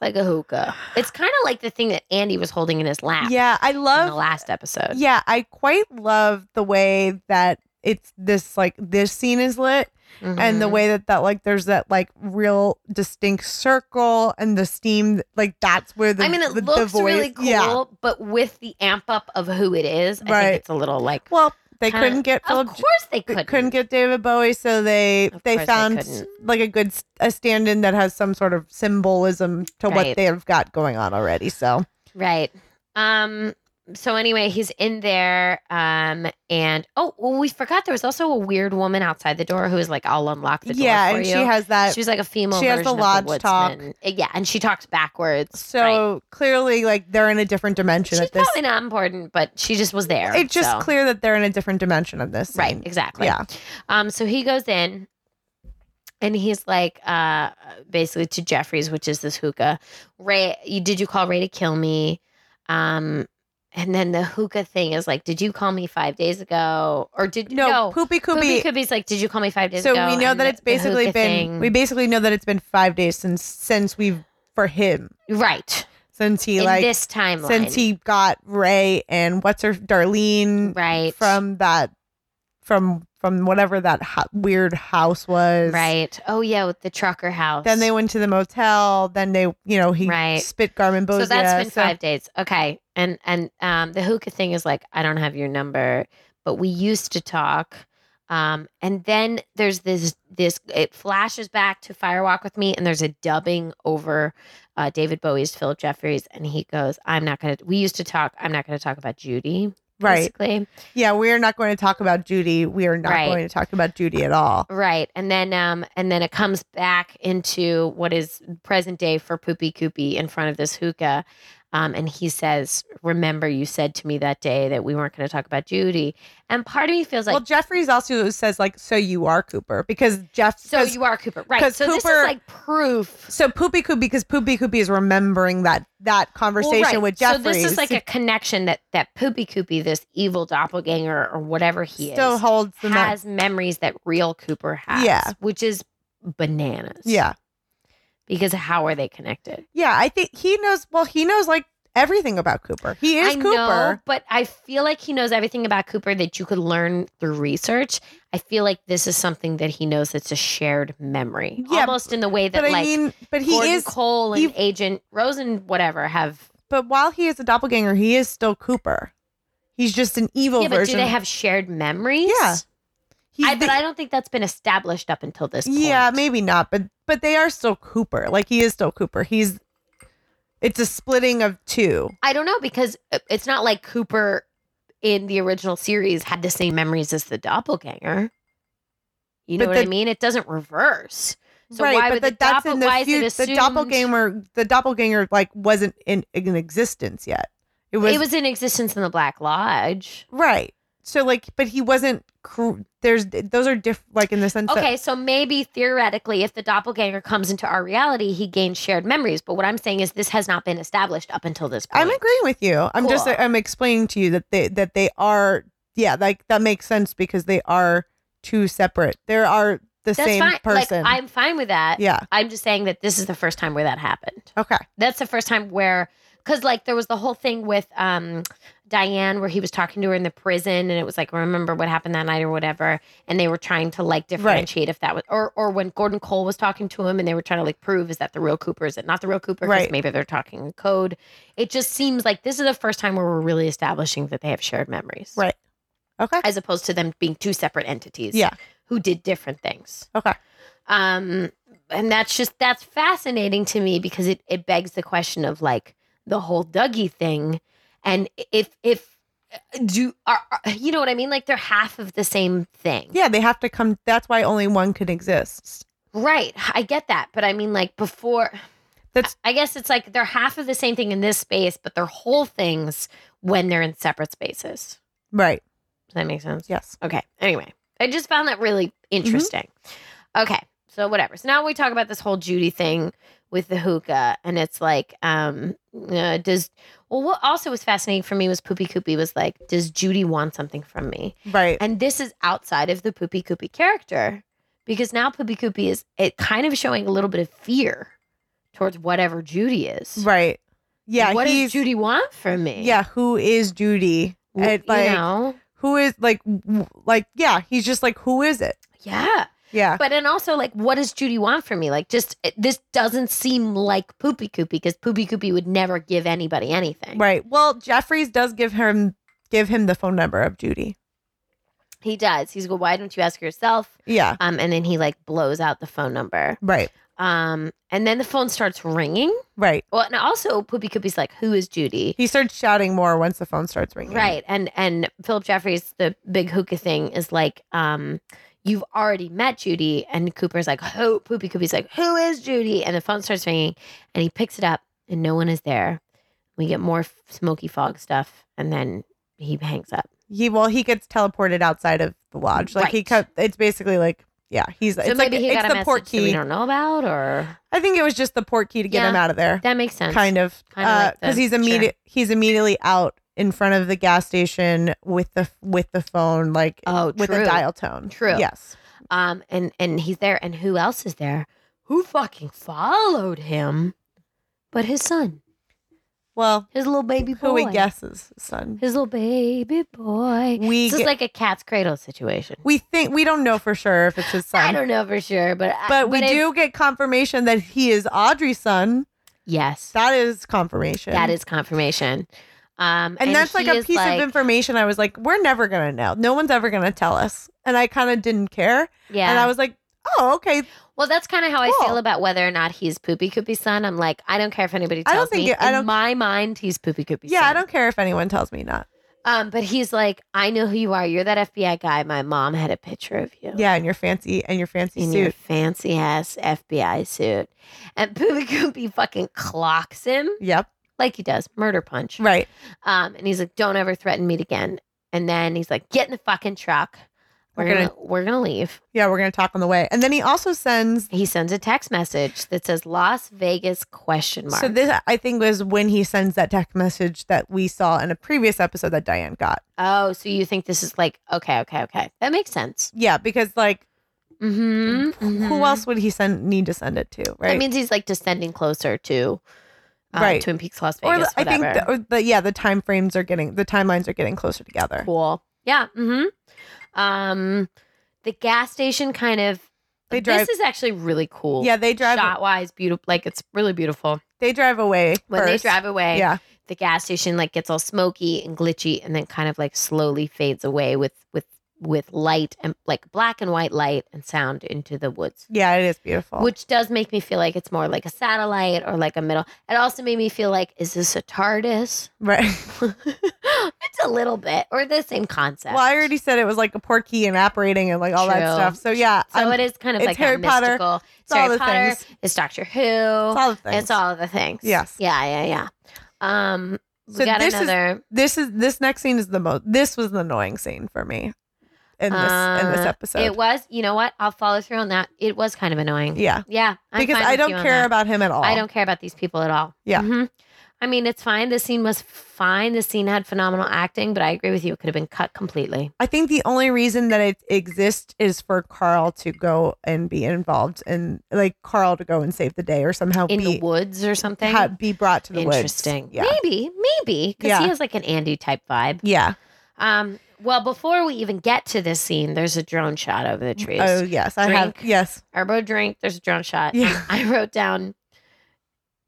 A: like a hookah. It's kind of like the thing that Andy was holding in his lap
B: yeah. I
A: in the
B: love.
A: last episode.
B: Yeah, I quite love the way that it's this like this scene is lit, and the
A: Mhm.
B: way that that like there's that like real distinct circle and the steam like that's where the
A: I mean, it
B: the, the
A: looks
B: voice-
A: really cool,
B: Yeah.
A: but with the amp up of who it is, I
B: Right.
A: think it's a little like.
B: Well, they
A: kinda-
B: couldn't get Philip.
A: Of course, they
B: J-
A: couldn't.
B: couldn't get David Bowie, so they
A: Of
B: they
A: course they
B: found
A: couldn't.
B: like a good s- a stand-in that has some sort of symbolism to what
A: Right.
B: they've got going on already. So
A: right. Um. So anyway, he's in there. Um. And oh, well, we forgot there was also a weird woman outside the door who was like, "I'll unlock the
B: yeah,
A: door for
B: and
A: you."
B: she has that.
A: she was like a female.
B: she has the
A: version of
B: lodge talk.
A: woodsman. Uh, Yeah, and she talks backwards. right.
B: so clearly, like they're in a different dimension
A: she's
B: at this.
A: probably not important, but she just was there.
B: It's just
A: so-
B: clear that they're in a different dimension of this.
A: Right.
B: scene.
A: Exactly.
B: Yeah.
A: Um, so he goes in and he's like, uh, basically to Jeffries, which is this hookah. Ray, you, did you call Ray to kill me? Um, And then the hookah thing is like, did you call me five days ago? Or did
B: No, poopy
A: Poopy
B: kooby.
A: Koopy's like, did you call me five days
B: So
A: ago?
B: we know
A: And
B: that
A: the-
B: it's
A: the
B: basically
A: hookah
B: been
A: thing-
B: we basically know that it's been five days since since we've for him
A: right
B: since he
A: in
B: like
A: this timeline.
B: since he got Ray and what's her Darlene
A: right
B: from that from from whatever that ho- weird house was
A: right. Oh yeah, with the trucker house.
B: Then they went to the motel. Then they, you know, he
A: Right.
B: spit Garmin Bozia.
A: so that's been five days. Okay, and and um, the hookah thing is like, I don't have your number, but we used to talk. Um, and then there's this this it flashes back to Firewalk with me, and there's a dubbing over uh, David Bowie's Philip Jeffries, and he goes, "I'm not gonna. We used to talk. I'm not gonna talk about Judy,
B: Right.
A: Basically.
B: Yeah, we are not going to talk about Judy. We are not
A: Right.
B: going to talk about Judy at all.
A: Right. And then um and then it comes back into what is present day for Poopy Koopy in front of this hookah. Um, and he says, Remember you said to me that day that we weren't gonna talk about Judy. And part of me feels like
B: well, Jeffries also says like, "So you are Cooper," because Jeff.
A: so
B: says-
A: you are Cooper. Right.
B: 'cause
A: So this
B: Cooper-
A: is like proof.
B: So Poopy Koopy, because Poopy Koopy is remembering that that
A: Well,
B: conversation
A: right.
B: with Jeffries.
A: So this is like a connection that that Poopy Koopy, this evil doppelganger or whatever he
B: still
A: is,
B: holds the mem-
A: has memories that real Cooper has.
B: Yeah.
A: Which is bananas.
B: Yeah,
A: Because how are they connected?
B: yeah. I think he knows. Well, he knows like everything about Cooper. He is
A: I
B: Cooper.
A: know, but I feel like he knows everything about Cooper that you could learn through research. I feel like this is something that he knows that's a shared memory,
B: Yeah,
A: almost in the way that
B: but I
A: like
B: mean, but he
A: Gordon
B: is.
A: Cole and
B: he-
A: Agent Rose and whatever have.
B: But while he is a doppelganger, he is still Cooper. He's just an evil
A: yeah, but
B: version.
A: do they have shared memories?
B: Yeah. He's
A: I,
B: the-
A: but I don't think that's been established up until this point.
B: Yeah, maybe not, but but they are still Cooper. Like he is still Cooper. He's it's a splitting of two.
A: I don't know because uh, it's not like Cooper in the original series had the same memories as the doppelganger. You know
B: But
A: what I
B: the-
A: mean? It doesn't reverse. So
B: right,
A: why
B: but
A: would
B: the,
A: the
B: that's
A: doppel-
B: in the
A: why is it
B: future. The
A: assumed-
B: doppelganger, the doppelganger, like wasn't in, in existence yet. It was,
A: it was in existence in the Black Lodge.
B: right. So like, but he wasn't. cr- There's those are different. Like in the sense that
A: Okay, so maybe theoretically, if the doppelganger comes into our reality, he gains shared memories. But what I'm saying is, this has not been established up until this point.
B: I'm agreeing with you. I'm just
A: Cool.
B: I'm explaining to you that they that they are yeah like that makes sense because they are two separate. There are the
A: That's
B: same
A: fine.
B: person.
A: Like I'm fine with that.
B: yeah.
A: I'm just saying that this is the first time where that happened.
B: Okay.
A: That's the first time where, because like there was the whole thing with um, Diane where he was talking to her in the prison, and it was like, remember what happened that night or whatever, and they were trying to like differentiate if that was, or or when Gordon Cole was talking to him, and they were trying to like prove is that the real Cooper, is it not the real Cooper? 'Cause
B: Right.
A: Maybe they're talking in code. It just seems like this is the first time where we're really establishing that they have shared memories,
B: Right. Okay.
A: As opposed to them being two separate entities,
B: Yeah.
A: who did different things.
B: Okay.
A: Um, and that's just that's fascinating to me because it it begs the question of like the whole Dougie thing, and if if do are, are- you know what I mean? Like they're half of the same thing,
B: Yeah, they have to come. That's why only one can exist.
A: Right, I get that, but I mean like before.
B: That's-
A: I guess it's like they're half of the same thing in this space, but they're whole things when they're in separate spaces.
B: Right.
A: Does that make sense?
B: Yes.
A: Okay. Anyway, I just found that really
B: Mm-hmm.
A: interesting. Okay. So whatever. So now we talk about this whole Judy thing with the hookah, and it's like, um, uh, does well? What also was fascinating for me was Poopy Koopy was like, does Judy want something from me?
B: Right.
A: And this is outside of the Poopy Koopy character because now Poopy Koopy is it kind of showing a little bit of fear towards whatever Judy is.
B: Right. Yeah.
A: What
B: he's-
A: does Judy want from me?
B: Yeah. Who is Judy?
A: W-
B: And, like
A: you know.
B: who is like w- like yeah? He's just like who is it?
A: Yeah.
B: Yeah.
A: But and also like, what does Judy want from me? Like, just it- this doesn't seem like Poopy Koopy because Poopy Koopy would never give anybody anything.
B: Right. Well, Jeffries does give him give him the phone number of Judy.
A: He does. He's go. Why don't you ask yourself?
B: Yeah.
A: Um, and then he like blows out the phone number.
B: Right.
A: Um, and then the phone starts ringing.
B: Right.
A: Well, and also Poopy Koopy's like, who is Judy?
B: He starts shouting more once the phone starts ringing.
A: Right. And and Philip Jeffries, the big hookah thing, is like, um. You've already met Judy, and Cooper's like, "Who?" Poopy Koopy's like, "Who is Judy?" And the phone starts ringing, and he picks it up, and no one is there. We get more f- smoky fog stuff, and then he hangs up.
B: He well he gets teleported outside of the lodge. Like he
A: Right.
B: cut. It's basically like yeah. He's
A: so
B: it's like
A: maybe he got
B: it's
A: a
B: the
A: message
B: port
A: that we
B: key.
A: don't know about, or
B: I think it was just the port key to get
A: Yeah.
B: him out of there.
A: that makes sense.
B: kind of
A: Kinda like
B: because
A: the-
B: he's
A: sure.
B: immediate he's immediately out in front of the gas station with the with the phone, like
A: Oh,
B: with
A: true.
B: a dial tone.
A: True.
B: Yes.
A: Um, and and he's there, and who else is there? Who fucking followed him? But his son,
B: Well,
A: his little baby boy.
B: who we guess is son.
A: His little baby boy.
B: We
A: This is
B: ge-
A: like a cat's cradle situation.
B: we think we don't know for sure if it's his
A: I
B: son,
A: don't know for sure, but I-
B: but we
A: if-
B: do get confirmation that he is Audrey's son.
A: Yes,
B: That is confirmation.
A: that is confirmation. Um,
B: And, that's like
A: he
B: a
A: is
B: piece
A: like-
B: of information I was like, we're never going to know. No one's ever going to tell us. And I kind of didn't care.
A: Yeah,
B: And I was like, oh, okay.
A: Well, that's kind of how I feel
B: Cool.
A: about whether or not he's Poopy Koopy's son. I'm like, I don't care if anybody
B: I
A: tells
B: don't think
A: me.
B: it- I
A: In
B: don't-
A: my mind, he's Poopy Koopy's
B: Yeah,
A: son.
B: I don't care if anyone tells me not.
A: Um, but he's like, I know who you are. You're that FBI guy. My mom had a picture of you.
B: Yeah, and your fancy and your fancy
A: In
B: suit.
A: your fancy ass FBI suit. And Poopy Koopy fucking clocks him
B: yep.
A: like he does, murder punch.
B: Right.
A: Um, and he's like, Don't ever threaten me again. And then he's like, Get in the fucking truck. We're,
B: We're
A: gonna,
B: gonna-
A: we're gonna leave.
B: Yeah, we're going to talk on the way. And then he also sends
A: He sends a text message that says Las Vegas question mark.
B: So this I think was when he sends that text message that we saw in a previous episode that Diane got.
A: Oh, so you think this is like okay, okay, okay. That makes sense.
B: Yeah, because like
A: Mm-hmm.
B: who else would he send need to send it to, right?
A: That means he's like descending closer to uh,
B: Right.
A: Twin Peaks, Las
B: or
A: Vegas.
B: the- I think
A: whatever.
B: the, or the yeah, the time frames are getting the timelines are getting closer together.
A: cool. Yeah. Mm-hmm. Um, the gas station kind of.
B: They drive-
A: This is actually really cool.
B: Yeah, they drive
A: Shot wise, beautiful. Like it's really beautiful.
B: they drive away
A: When
B: first.
A: they drive away,
B: Yeah,
A: the gas station like gets all smoky and glitchy, and then kind of like slowly fades away with with with light and like black and white light and sound into the woods.
B: yeah, it is beautiful.
A: which does make me feel like it's more like a satellite or like a middle. It also made me feel like, is this a TARDIS?
B: right.
A: it's a little bit, or the same concept.
B: well, I already said it was like a porky and operating and like all
A: True.
B: that stuff. So yeah,
A: So
B: I'm-
A: it is kind of
B: it's
A: like
B: Harry
A: a
B: Potter.
A: mystical. It's
B: it's all
A: Harry
B: the
A: Potter.
B: things.
A: It's Doctor Who.
B: It's all the things.
A: It's all the things.
B: Yes.
A: Yeah. Yeah. Yeah. Um. we
B: So
A: got
B: this is-
A: another.
B: this is this next scene is the most. This was the annoying scene for me in this in this
A: uh,
B: episode.
A: It was. You know what? I'll follow through on that. It was kind of annoying.
B: yeah,
A: Yeah. I'm
B: because
A: fine
B: I
A: with
B: don't
A: you on
B: care
A: that.
B: about him at all.
A: I don't care about these people at all.
B: Yeah.
A: Mhm. I mean, it's fine. The scene was fine. The scene had phenomenal acting, but I agree with you. It could have been cut completely.
B: I think the only reason that it exists is for Carl to go and be involved and like Carl to go and save the day or somehow
A: In
B: be
A: the woods or something.
B: ha- be brought to the woods.
A: Interesting.
B: Yeah.
A: Maybe, maybe. Because
B: Yeah.
A: he has like an Andy type vibe.
B: Yeah.
A: Um, well, before we even get to this scene, there's a drone shot over the trees.
B: Oh yes, I have.
A: Drink.
B: Yes.
A: Herbo drink, there's a drone shot.
B: Yeah.
A: I wrote down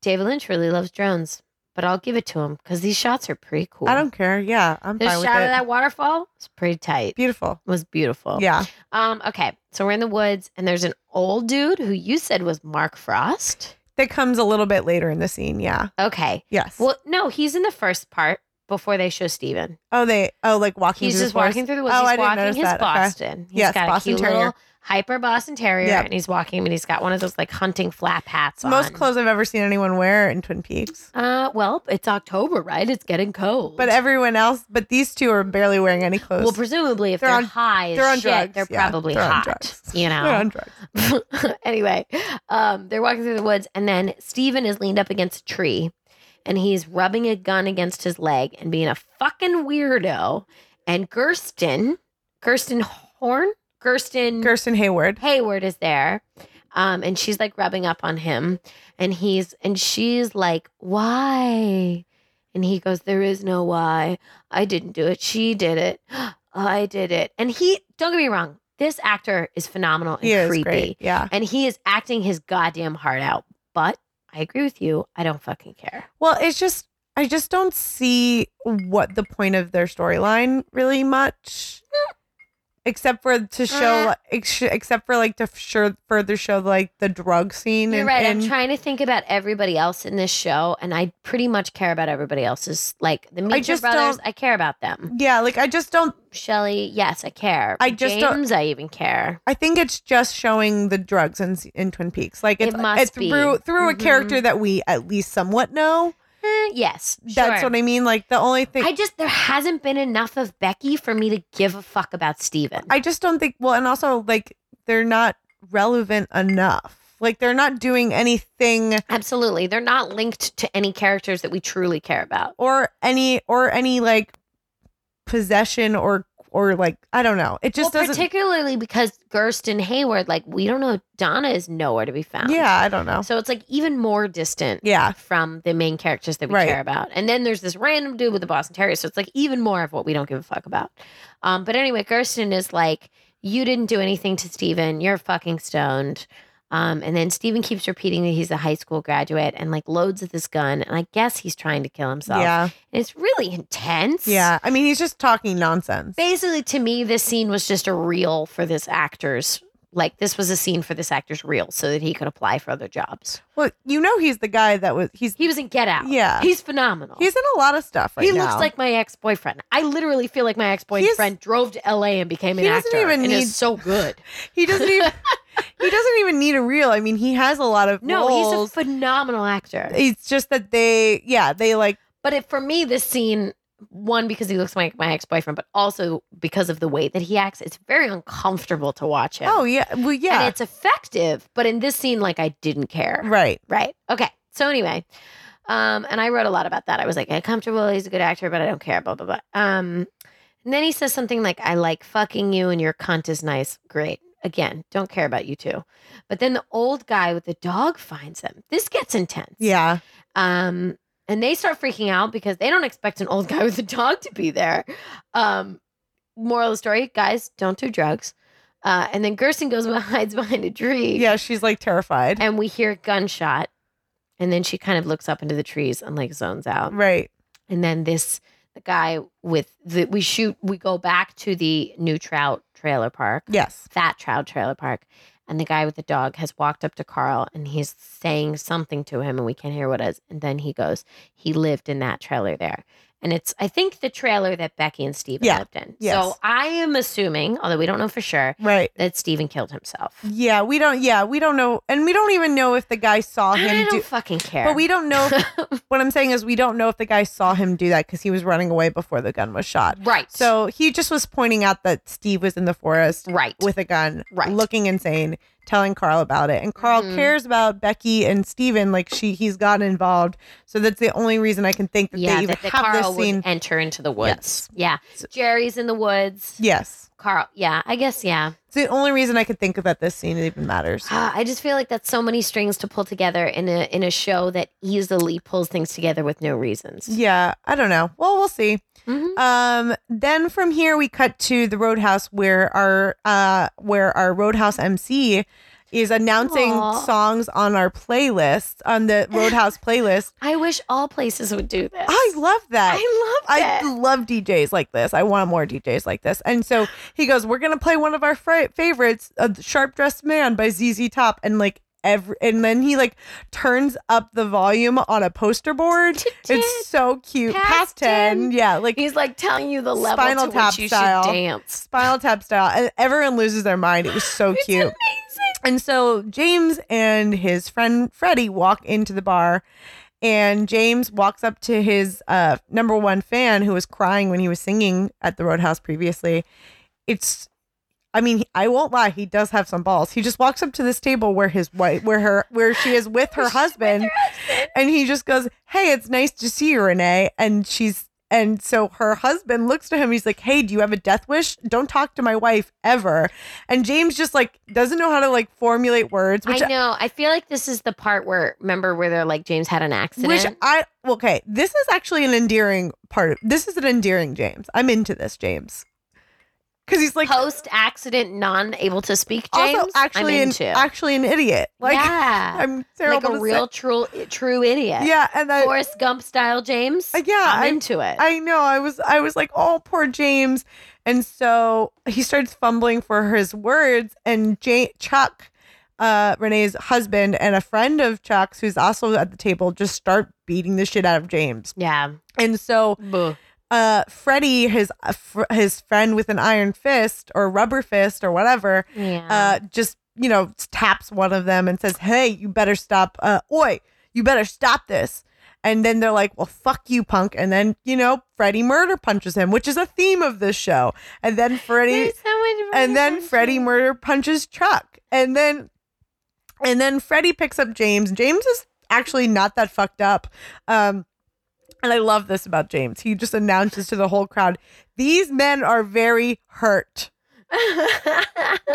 A: David Lynch really loves drones, but I'll give it to him because these shots are pretty cool.
B: I don't care. Yeah, I'm
A: this
B: fine
A: shot of
B: with it.
A: that waterfall was pretty tight.
B: Beautiful.
A: was beautiful.
B: Yeah.
A: Um, okay. So we're in the woods and there's an old dude who you said was Mark Frost.
B: That comes a little bit later in the scene. Yeah.
A: Okay.
B: Yes.
A: Well, no, he's in the first part before they show Steven.
B: oh, they. Oh, like walking.
A: He's
B: through
A: just
B: the forest?
A: walking through the woods.
B: Oh,
A: he's
B: I didn't
A: walking
B: notice
A: his
B: that. Okay.
A: Boston. He's
B: Yes,
A: got
B: Boston
A: a cute
B: Terrier.
A: little hyper Boston Terrier
B: Yep.
A: and he's walking and he's got one of those like hunting flap hats
B: It's the most
A: on.
B: clothes I've ever seen anyone wear in Twin Peaks.
A: Uh, well, it's October, right? It's getting cold.
B: But everyone else, but these two are barely wearing any clothes.
A: well, presumably if they're,
B: They're on-
A: high, as
B: they're on
A: shit,
B: drugs.
A: they're
B: Yeah,
A: probably
B: they're on
A: hot.
B: drugs.
A: You know,
B: They're on drugs.
A: anyway, um, they're walking through the woods, and then Steven is leaned up against a tree and he's rubbing a gun against his leg and being a fucking weirdo. And Gersten, Gersten Horn, Gersten
B: Gerson Hayward.
A: Hayward is there. Um, and she's like rubbing up on him, and he's and she's like, Why? And he goes, There is no why. I didn't do it. She did it. I did it. And he, don't get me wrong, this actor is phenomenal and
B: He is
A: creepy
B: great. Yeah.
A: and he is acting his goddamn heart out. But I agree with you. I don't fucking care.
B: Well, it's just I just don't see what the point of their storyline really much, except for to show,
A: Uh.
B: like, ex- except for like to sure further show like the drug scene.
A: You're
B: and,
A: right.
B: and-
A: I'm trying to think about everybody else in this show, and I pretty much care about everybody else's. Like the Meacher
B: just
A: brothers,
B: don't-
A: I care about them.
B: Yeah, like I just don't.
A: Shelly, yes, I care.
B: I just don't-
A: James, I even care.
B: I think it's just showing the drugs in in Twin Peaks. Like it's
A: It must
B: it's
A: be.
B: through through
A: Mhm.
B: a character that we at least somewhat know.
A: Eh, yes,
B: That's
A: sure.
B: what I mean. Like the only thing
A: I just there hasn't been enough of Becky for me to give a fuck about Steven.
B: I just don't think. Well, and also like they're not relevant enough. Like they're not doing anything
A: Absolutely. They're not linked to any characters that we truly care about.
B: or any or any like possession or or like I don't know. It just
A: well,
B: doesn't.
A: particularly because Gersten Hayward, like, we don't know. Donna is nowhere to be found.
B: yeah, I don't know.
A: So it's like even more distant
B: Yeah,
A: from the main characters that we
B: Right.
A: care about. And then there's this random dude with a Boston Terrier. So it's like even more of what we don't give a fuck about. Um, but anyway, Gersten is like, You didn't do anything to Steven. You're fucking stoned. Um, and then Steven keeps repeating that he's a high school graduate and like loads of this gun. And I guess he's trying to kill himself.
B: yeah,
A: And it's really intense.
B: yeah. I mean, he's just talking nonsense.
A: Basically, to me, this scene was just a reel for this actor's. Like this was a scene for this actor's reel, so that he could apply for other jobs.
B: Well, you know, he's the guy that was. He's
A: He was in Get Out.
B: Yeah.
A: he's phenomenal.
B: he's in a lot of stuff right
A: he
B: now.
A: looks like my ex boyfriend. I literally feel like my ex boyfriend drove to LA and became an
B: He doesn't
A: actor.
B: even
A: and
B: need-
A: is so good.
B: he doesn't even. he doesn't even need a reel. I mean, he has a lot of
A: No, he's
B: roles.
A: a phenomenal actor.
B: it's just that they, yeah, they like
A: But it, for me, this scene one because he looks like my ex boyfriend, but also because of the way that he acts, it's very uncomfortable to watch him.
B: Oh yeah, well yeah,
A: and it's effective. But in this scene, like I didn't care.
B: right.
A: Right. Okay. So anyway, um, and I wrote a lot about that. I was like, uncomfortable. He's a good actor, but I don't care. Blah blah blah. Um, and then he says something like, "I like fucking you, and your cunt is nice. Great." Again, don't care about you two. But then the old guy with the dog finds him. This gets intense.
B: Yeah,
A: Um, and they start freaking out because they don't expect an old guy with a dog to be there. Um, moral of the story: guys, don't do drugs. Uh, and then Gerson goes and hides behind a tree.
B: yeah. She's like terrified.
A: And we hear a gunshot. And then she kind of looks up into the trees and like zones out.
B: right.
A: And then this the guy with the we shoot we go back to the new trout trailer park,
B: Yes.
A: fat trout trailer park. And the guy with the dog has walked up to Carl and he's saying something to him and we can't hear what it is. And then he goes, he lived in that trailer there. And it's I think the trailer that Becky and Steven
B: Yeah.
A: lived in. So
B: Yes.
A: I am assuming, although we don't know for sure,
B: Right.
A: that Steven killed himself.
B: Yeah. We don't. Yeah. We don't know, and we don't even know if the guy saw
A: I
B: him
A: don't
B: do.
A: fucking care.
B: But we don't know. If, what I'm saying is, we don't know if the guy saw him do that because he was running away before the gun was shot.
A: Right.
B: So he just was pointing out that Steve was in the forest
A: right.
B: with a gun,
A: Right.
B: looking insane, telling Carl about it, and Carl
A: Mhm.
B: cares about Becky and Steven. Like she, he's gotten involved. So that's the only reason I can think that
A: yeah,
B: they even
A: that the
B: have
A: Carl
B: this scene.
A: would enter into the woods. Yeah, Jerry's in the woods.
B: yes.
A: Carl. Yeah, I guess. Yeah,
B: It's the only reason I could think of that this scene even matters.
A: Ah, I just feel like that's so many strings to pull together in a in a show that easily pulls things together with no reasons.
B: Yeah, I don't know. Well, we'll see.
A: Mhm.
B: Um, then from here we cut to the Roadhouse where our uh where our Roadhouse MC is announcing
A: Aw.
B: songs on our playlist on the Roadhouse playlist.
A: I wish all places would do this.
B: I love that.
A: I love
B: I
A: that.
B: love DJs like this. I want more DJs like this. And so he goes, "We're gonna play one of our fri- favorites, uh, Sharp Dressed Man by ZZ Top," and like every, and then he like turns up the volume on a poster board. It's so cute.
A: Past
B: Past, ten.
A: 10.
B: yeah, like
A: He's like telling you the level
B: Spinal
A: to
B: Tap
A: which you
B: style.
A: should dance.
B: Spinal Tap style, and everyone loses their mind. It was so
A: It's
B: cute.
A: amazing.
B: And so James and his friend Freddie walk into the bar, and James walks up to his uh, number one fan who was crying when he was singing at the Roadhouse previously. It's, I mean, I won't lie, he does have some balls. He just walks up to this table where his wife, where her, where she is with her husband, and he just goes, "Hey, it's nice to see you, Renee." And she's. And so her husband looks to him. He's like, "Hey, do you have a death wish? Don't talk to my wife ever." And James just like doesn't know how to like formulate words, which
A: I know. I feel like this is the part where remember where they're like James had an accident.
B: Which I okay, this is actually an endearing part. Of, this is an endearing James. I'm into this James because he's like
A: post accident non able to speak James.
B: also actually
A: I'm
B: an,
A: into.
B: actually an idiot. Like
A: yeah.
B: I'm
A: like a
B: terrible. to
A: real true true idiot.
B: say. yeah, and I,
A: Forrest Gump style James.
B: Uh, yeah,
A: I'm
B: I-
A: into it.
B: I know I was I was like, oh poor James, and so he starts fumbling for his words, and J- Chuck. Uh, Renee's husband and a friend of Chuck's, who's also at the table, just start beating the shit out of James.
A: yeah.
B: And so
A: Buh.
B: uh, Freddy, his uh, fr- his friend with an iron fist or rubber fist or whatever,
A: Yeah.
B: uh, just you know taps one of them and says, "Hey, you better stop! Uh, oi, you better stop this!" And then they're like, "Well, fuck you, punk!" And then you know Freddy murder punches him, which is a theme of this show. And then Freddy,
A: There's so much more
B: and then
A: attention.
B: Freddy murder punches Chuck, and then And then Freddie picks up James. James is actually not that fucked up. Um, and I love this about James. He just announces to the whole crowd, these men are very hurt.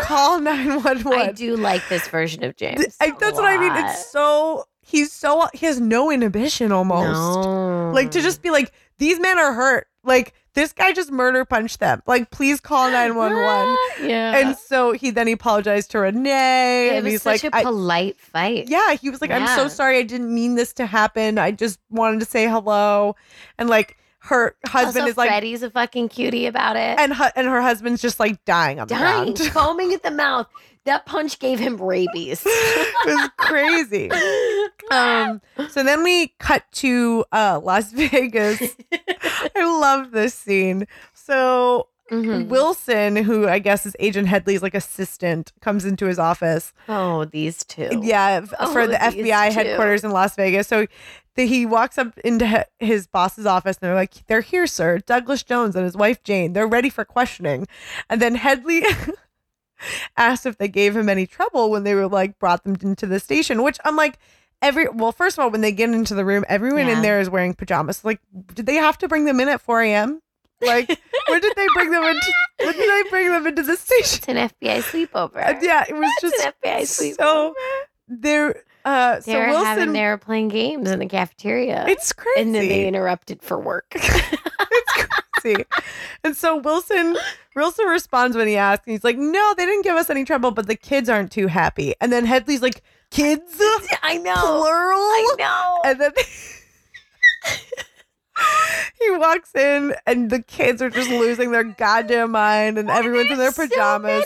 B: Call 911.
A: I do like this version of James.
B: Th- I- that's what I mean. It's so, he's so, he has no inhibition almost. Like to just be like, these men are hurt. Like this guy just murder punched them. Like, please call 911.
A: Ah, yeah.
B: and so he then he apologized to Renee.
A: it
B: and
A: was
B: he's
A: such
B: like,
A: a
B: I-
A: polite fight.
B: yeah, he was like, I'm so
A: Yeah.
B: sorry. I didn't mean this to happen. I just wanted to say hello. And like her husband
A: also,
B: is like,
A: Freddie's a fucking cutie about it.
B: and, hu- and her husband's just like dying on
A: dying,
B: the ground.
A: foaming at the mouth. That punch gave him rabies.
B: it was crazy. Um, so then we cut to uh, Las Vegas. I love this scene. So
A: Mhm.
B: Wilson, who I guess is Agent Headley's like assistant, comes into his office
A: oh, these two.
B: Yeah, f- for
A: Oh,
B: the
A: these
B: FBI
A: two.
B: headquarters in Las Vegas. So the, he walks up into he- his boss's office and they're like, they're here, sir. Douglas Jones and his wife Jane. They're ready for questioning. And then Headley asked if they gave him any trouble when they were like brought them into the station, which I'm like, every well, first of all, when they get into the room, everyone
A: Yeah.
B: in there is wearing pajamas. Like, did they have to bring them in at 4 a.m.? Like, when did they bring them into when did they bring them into the station?
A: It's an FBI sleepover.
B: Uh, Yeah, it was just
A: It's an FBI sleepover.
B: so there uh so
A: They're having
B: Wilson
A: they were playing games in the cafeteria.
B: it's crazy.
A: and then they interrupted for work.
B: crazy. and so Wilson Wilson responds when he asks and he's like, "No, they didn't give us any trouble, but the kids aren't too happy." And then Headley's like, "Kids?"
A: I know.
B: Plural?
A: I know.
B: And then He walks in and the kids are just losing their goddamn mind and everyone's in their
A: Oh, There's
B: pajamas.
A: So many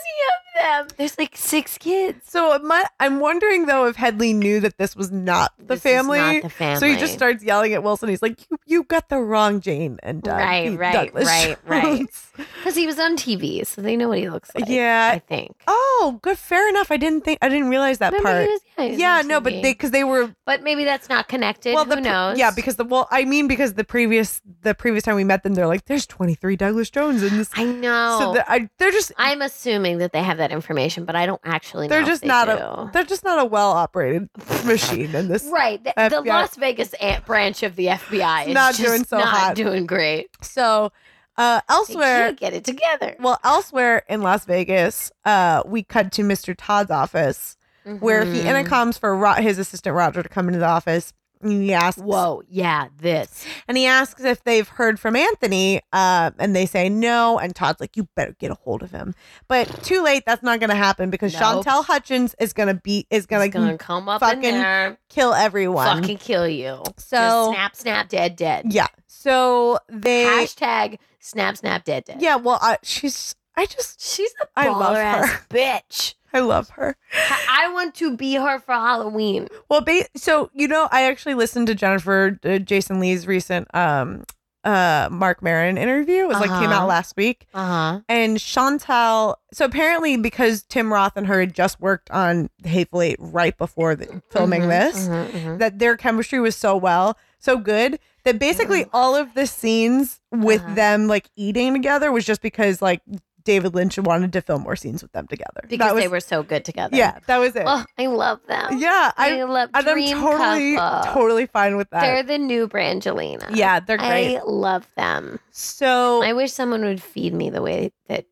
A: of them. There's like six kids.
B: So, it mi- I'm wondering though if Headley knew that this was not the
A: This is
B: family.
A: not the family.
B: So he just starts yelling at Wilson. He's like, "You, you got the wrong Jane." And uh,
A: Right,
B: he-
A: right,
B: Douglas
A: right, right.
B: Jones.
A: because he was on TV, so they know what he looks like. I
B: yeah.
A: think.
B: Oh, good. Fair enough. I didn't think. I didn't realize that
A: Remember he
B: part.
A: was- yeah, he was
B: yeah,
A: on
B: no, but
A: TV.
B: they because they were
A: But maybe that's not connected.
B: well.
A: Who
B: the pre-
A: knows?
B: yeah, because the well, I mean, because the previous the previous time we met them, they're like, "There's 23 Douglas Jones in this."
A: I know.
B: So the, I, they're just
A: I'm assuming that they have that information, but I don't actually.
B: They're
A: know if
B: just
A: they
B: not
A: do.
B: they're just not a well operated machine in this
A: Right, the, the
B: FBI.
A: Las Vegas a- branch of the FBI
B: It's
A: is
B: not
A: just
B: doing so
A: not
B: hot.
A: doing great.
B: So uh,
A: They
B: elsewhere,
A: can't get it together.
B: well, elsewhere in Las Vegas, uh, we cut to Mr. Todd's office where he
A: Mhm.
B: intercoms for Ro- his assistant Roger to come into the office. And he asks,
A: Whoa, yeah, this.
B: and he asks if they've heard from Anthony, uh, and they say no. And Todd's like, "You better get a hold of him," but too late. That's not going to happen because
A: Nope.
B: Chantel Hutchins is going to be is
A: It's
B: going
A: gonna
B: to
A: come up
B: fucking
A: in there,
B: kill everyone.
A: fucking kill you.
B: So-
A: just snap, snap, dead, dead.
B: yeah. So they,
A: Hashtag snap, snap, dead, dead.
B: yeah. Well, uh, she's. I just,
A: she's a
B: I love
A: baller ass
B: her.
A: bitch.
B: I love her.
A: I I want to be her for Halloween.
B: Well, ba- so you know, I actually listened to Jennifer uh, Jason Lee's recent um uh Mark Marin interview. It was like came
A: Uh-huh.
B: out last week,
A: Uh huh.
B: and Chantal. So apparently, because Tim Roth and her had just worked on Hateful Eight right before
A: Mm-hmm.
B: the, filming this, that their chemistry was so well, so good that basically
A: Ew.
B: all of the scenes with
A: Mm-hmm. Uh-huh.
B: them like eating together was just because like David Lynch wanted to film more scenes with them together. That
A: because
B: was-
A: they were so good together.
B: yeah, that was it.
A: Oh, I love them.
B: yeah, I
A: I, love
B: and
A: Dream
B: I'm totally
A: Couple.
B: totally fine with that.
A: They're the new Brangelina.
B: yeah, they're great.
A: I love them.
B: so
A: I wish someone would feed me the way that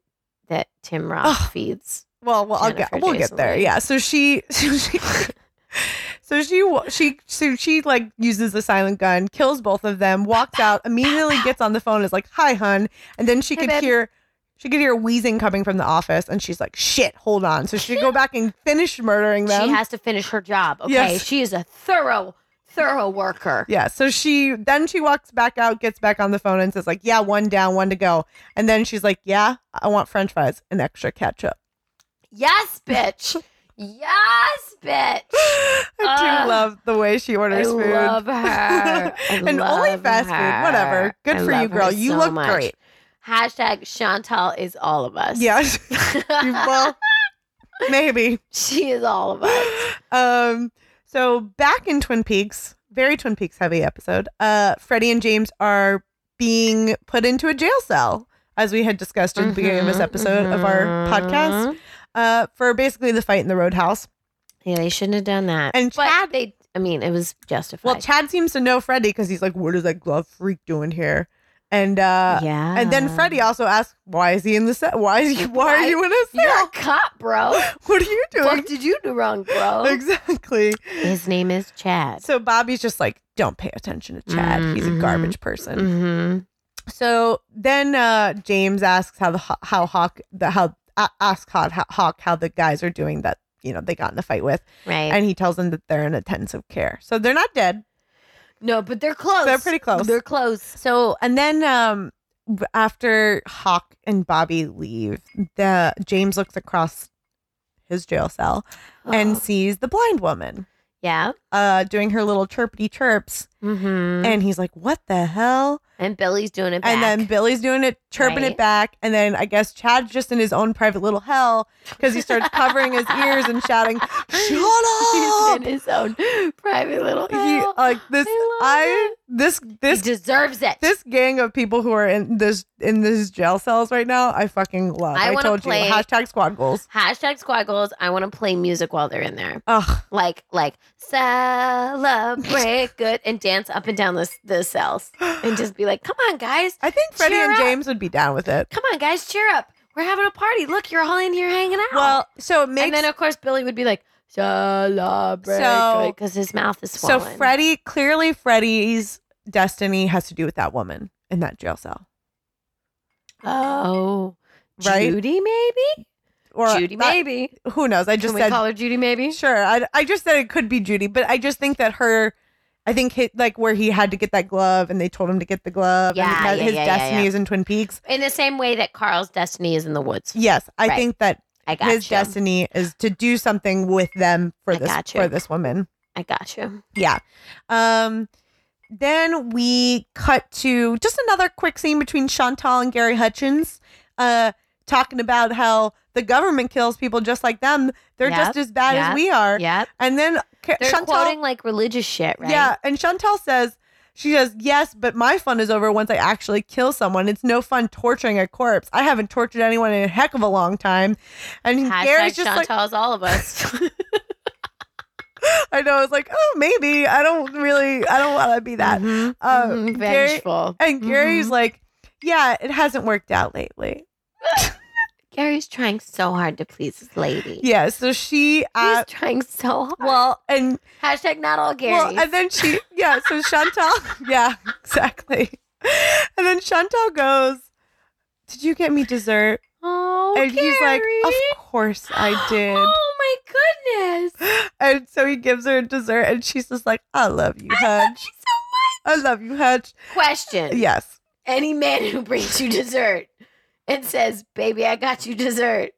A: that Tim Roth
B: Ugh.
A: feeds.
B: well, well, I'll get
A: Jennifer
B: we'll get
A: Jason
B: there.
A: Leigh.
B: Yeah. So she so she so she wa- she so she like uses the silent gun, kills both of them, walks out, immediately gets on the phone, is like, "Hi, hun," and then she
A: Hey,
B: could
A: babe.
B: hear. She could hear wheezing coming from the office, and she's like, "Shit, hold on." So she could go back and finish murdering them.
A: She has to finish her job. Okay,
B: Yes.
A: she is a thorough, thorough worker.
B: Yeah. So she then she walks back out, gets back on the phone, and says like, "Yeah, one down, one to go." And then she's like, "Yeah, I want French fries and extra ketchup."
A: Yes, bitch. yes, bitch.
B: I
A: Ugh.
B: do love the way she
A: Ah. I
B: orders food.
A: love her. I
B: and only
A: love
B: fast food, whatever.
A: her.
B: Good
A: I
B: for you,
A: love her
B: girl. You
A: so
B: look
A: much.
B: great.
A: Hashtag Chantal is all of us.
B: Yeah. You- well, maybe.
A: she is all of us.
B: Um. So back in Twin Peaks, very Twin Peaks heavy episode. Uh, Freddie and James are being put into a jail cell, as we had discussed in the beginning of this
A: Mhm,
B: episode of our podcast.
A: mhm.
B: uh, for basically the fight in the roadhouse.
A: Yeah, they shouldn't have done that.
B: And
A: but
B: Chad-
A: they, I mean, it was justified.
B: Well, Chad seems to know Freddy because he's like, "What is that glove freak doing here?" And uh
A: yeah.
B: and then Freddy also asks, "Why is he in the set? Why is he? Why, are
A: Why-
B: you in a
A: You're a
B: cell?
A: cop, bro.
B: What are you doing?"
A: What did you do wrong, bro?
B: Exactly.
A: His name is Chad.
B: So Bobby's just like, "Don't pay attention to Chad. He's a
A: Mhm.
B: garbage person."
A: hmm
B: So then uh James asks how the Haw- how Hawk the how uh, asks Hawk how, Hawk how the guys are doing that you know they got in the fight with,
A: Right.
B: and he tells them that they're in intensive care, so they're not dead.
A: no, but they're close.
B: They're pretty close.
A: They're close.
B: So, and then um b- after Hawk and Bobby leave, the James looks across his jail cell
A: Oh.
B: and sees the blind woman
A: yeah.
B: uh doing her little chirpity chirps
A: Mm-hmm. And,
B: and he's like what the hell
A: Billy's doing it.
B: and then
A: back.
B: billy's doing it chirping it
A: Right.
B: back and then i guess chad's just in his own private little hell because he starts covering his ears and shouting shut
A: He's
B: up
A: in his own private little.
B: he
A: hell.
B: like this
A: I love
B: i this this
A: he deserves it.
B: this gang of people who are in this in these jail cells right now, I fucking love.
A: I
B: I,
A: wanna
B: told
A: play-
B: you. Hashtag squad goals.
A: Hashtag squad goals. I want to play music while they're in there.
B: Ugh.
A: Like, like celebrate good and dance up and down the the cells and just be like, come on, guys,
B: I think Freddie
A: Cheer up.
B: and James would be down with it.
A: come on, guys, cheer up. We're having a party. Look, you're all in here hanging out.
B: Well, so it
A: and
B: makes
A: then of course Billy would be like celebrate
B: So-
A: because his mouth is
B: so
A: swollen.
B: Freddie clearly Freddie's destiny has to do with that woman in that jail cell.
A: oh,
B: Right?
A: Judy maybe,
B: Or
A: Judy
B: that-
A: maybe.
B: Who knows? I just
A: Can we
B: said
A: call her Judy maybe?
B: sure. I I just said it could be Judy, but I just think that her. I think hit, like where he had to get that glove, and they told him to get the glove,
A: Yeah,
B: and
A: yeah,
B: his
A: yeah, yeah,
B: destiny
A: yeah.
B: is in Twin Peaks.
A: In the same way that Carl's destiny is in the woods.
B: Yes, I
A: Right.
B: think that
A: I got
B: his
A: you.
B: destiny is to do something with them for
A: I
B: this
A: got you.
B: for this woman.
A: I got you.
B: Yeah. Um then we cut to just another quick scene between Chantal and Gary Hutchins uh talking about how the government kills people just like them. They're
A: Yep,
B: just as bad as
A: yep,
B: we are.
A: Yep.
B: And then Ca-
A: They're
B: Chantal
A: quoting like religious shit, right?
B: Yeah, and Chantal says she says, "Yes, but my fun is over once I actually kill someone. It's no fun torturing a corpse. I haven't tortured anyone in a heck of a long time." And
A: Hashtag
B: Gary's just like
A: Chantal's all of us.
B: I know. I was like, oh, maybe. I don't really, I don't want to be that.
A: Mhm.
B: Uh,
A: Mhm.
B: Gary-
A: vengeful.
B: And Gary's
A: Mhm.
B: like, yeah, it hasn't worked out lately.
A: Gary's trying so hard to please his lady.
B: Yeah. So she,
A: He's
B: uh,
A: trying so hard.
B: well, and
A: Hashtag not all Gary.
B: well, and then she, yeah. So Chantal, yeah, exactly. And then Chantal goes, "Did you get me dessert?"
A: oh,
B: and he's like, "Of
A: Gary.
B: course I did."
A: Oh my goodness.
B: And so he gives her dessert, and she's just like, "I love you, Hutch. I love you, Hutch."
A: Question.
B: Yes.
A: Any man who brings you dessert and says, baby, I got you dessert,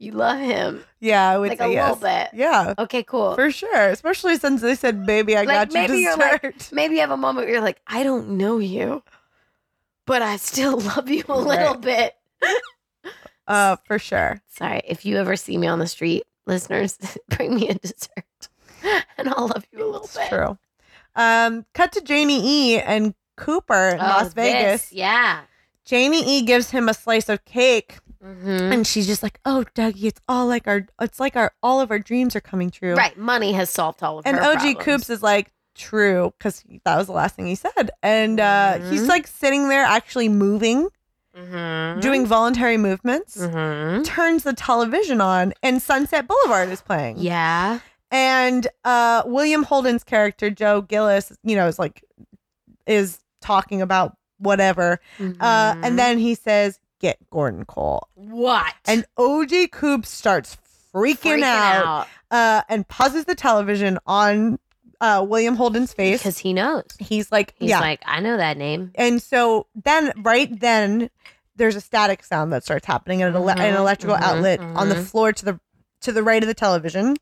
A: you love him.
B: Yeah, I would
A: Like a
B: say yes.
A: little bit.
B: Yeah.
A: Okay, cool.
B: For sure, especially since they said, "Baby, I
A: Like,
B: got you
A: maybe you're like-
B: dessert."
A: Maybe you have a moment where you're like, I don't know you, but I still love you a little bit.
B: uh, for sure.
A: Sorry, if you ever see me on the street, listeners, bring me a dessert and I'll love you a little
B: It's
A: bit.
B: true. Um, cut to Janie E and Cooper in
A: Oh,
B: Las
A: this,
B: Vegas.
A: Yeah.
B: Janie E gives him a slice of cake,
A: Mhm.
B: and she's just like, "Oh, Dougie, it's all like our, it's like our, all of our dreams are coming true."
A: Right. Money has solved all of
B: And
A: her
B: OG
A: problems.
B: Coops is like, "True," because that was the last thing he said. And uh, he's
A: Mhm.
B: like sitting there, actually moving,
A: Mhm.
B: doing voluntary movements.
A: Mhm.
B: Turns the television on, and Sunset Boulevard is playing.
A: Yeah.
B: and uh William Holden's character Joe Gillis, you know, is like is talking about whatever. Uh
A: Mhm.
B: and then he says, "Get Gordon Cole."
A: what?
B: And OJ Coop starts freaking, out, uh and pauses the television on uh William Holden's face.
A: because he knows.
B: He's like,
A: He's
B: "Yeah."
A: like, I know that name.
B: and so then right then there's a static sound that starts happening at an, ele- an
A: Mhm,
B: electrical
A: mhm,
B: outlet on the
A: mhm.
B: floor to the to the right of the television.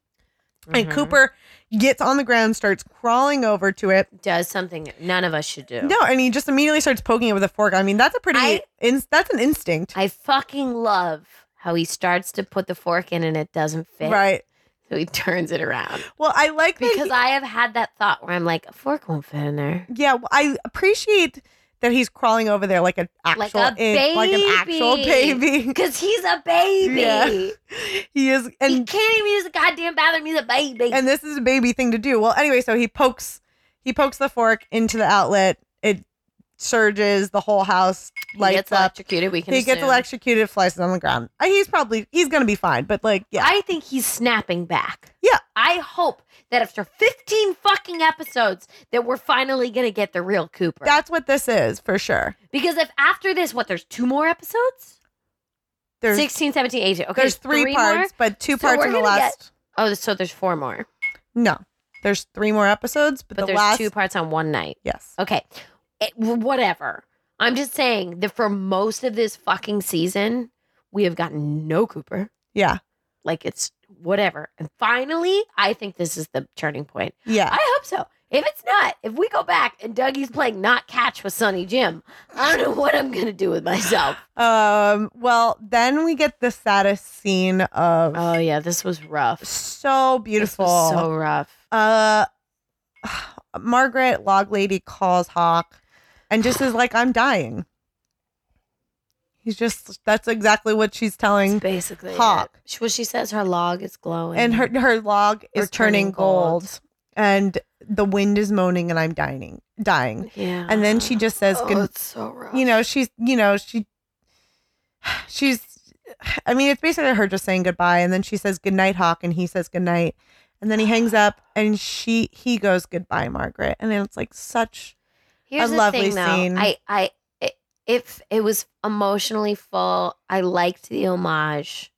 B: And
A: Mhm.
B: Cooper gets on the ground, starts crawling over to it.
A: Mm-hmm. does something that none of us should do.
B: No, and he just immediately starts poking it with a fork. I mean, that's a pretty
A: I-
B: in, that's an instinct,
A: I fucking love how he starts to put the fork in and it doesn't fit.
B: right?
A: So he turns it around.
B: Well, I like that.
A: Because
B: he-
A: I have had that thought where I'm like, a fork won't fit in there.
B: yeah, well, I appreciate that he's crawling over there like an
A: Like
B: actual
A: a
B: in- like an actual
A: baby.
B: baby.
A: Because he's a baby.
B: Yeah. he is
A: he
B: and
A: can't even use a goddamn bathroom. He's a baby.
B: and this is a baby thing to do. Well, anyway, so he pokes he pokes the fork into the outlet. It surges the whole house
D: he
B: lights
D: gets
B: up.
D: electrocuted. We can.
B: He gets
D: assume.
B: electrocuted, flies on the ground. Uh, He's probably he's gonna be fine, but like yeah,
A: I think he's snapping back.
B: Yeah.
A: I hope that after 15 fucking episodes that we're finally going to get the real Cooper.
B: that's what this is for sure.
A: because if after this, what, there's two more episodes?
B: There's
A: 16, 17, 18. Okay,
B: there's three,
A: more?
B: parts, but two
A: So
B: parts
A: we're
B: in the
A: gonna get-
B: last.
A: Oh, so there's four more.
B: No, there's three more episodes, but,
A: But
B: the
A: there's
B: last
A: two parts on one night.
B: yes.
A: Okay. It- wh- whatever. I'm just saying that for most of this fucking season, we have gotten no Cooper.
B: Yeah.
A: Like it's whatever. And finally, I think this is the turning point.
B: Yeah.
A: I hope so. If it's not, if we go back and Dougie's playing not catch with Sonny Jim, I don't know what I'm gonna do with myself.
B: Um, well, then we get the saddest scene of
A: Oh yeah, this was rough. This
B: so
A: was
B: beautiful.
A: so rough.
B: uh, Margaret Log Lady calls Hawk and just is like, I'm dying. He's just, that's exactly what she's telling.
A: It's basically
B: Hawk.
A: it. She- Well, she says her log is glowing.
B: And her, her log
A: Or
B: is turning
A: turning gold.
B: gold and the wind is moaning and I'm dying, dying.
A: Yeah.
B: And then she just says,
A: Oh,
B: "Good-
A: it's so rough.
B: you know she's you know she she's i mean it's basically her just saying goodbye and then she says goodnight hawk and he says goodnight and then he hangs up and she he goes goodbye margaret and it's like such
A: Here's
B: a
A: the
B: lovely
A: thing, though.
B: scene.
A: I, I, it, if it was emotionally full, I liked the homage.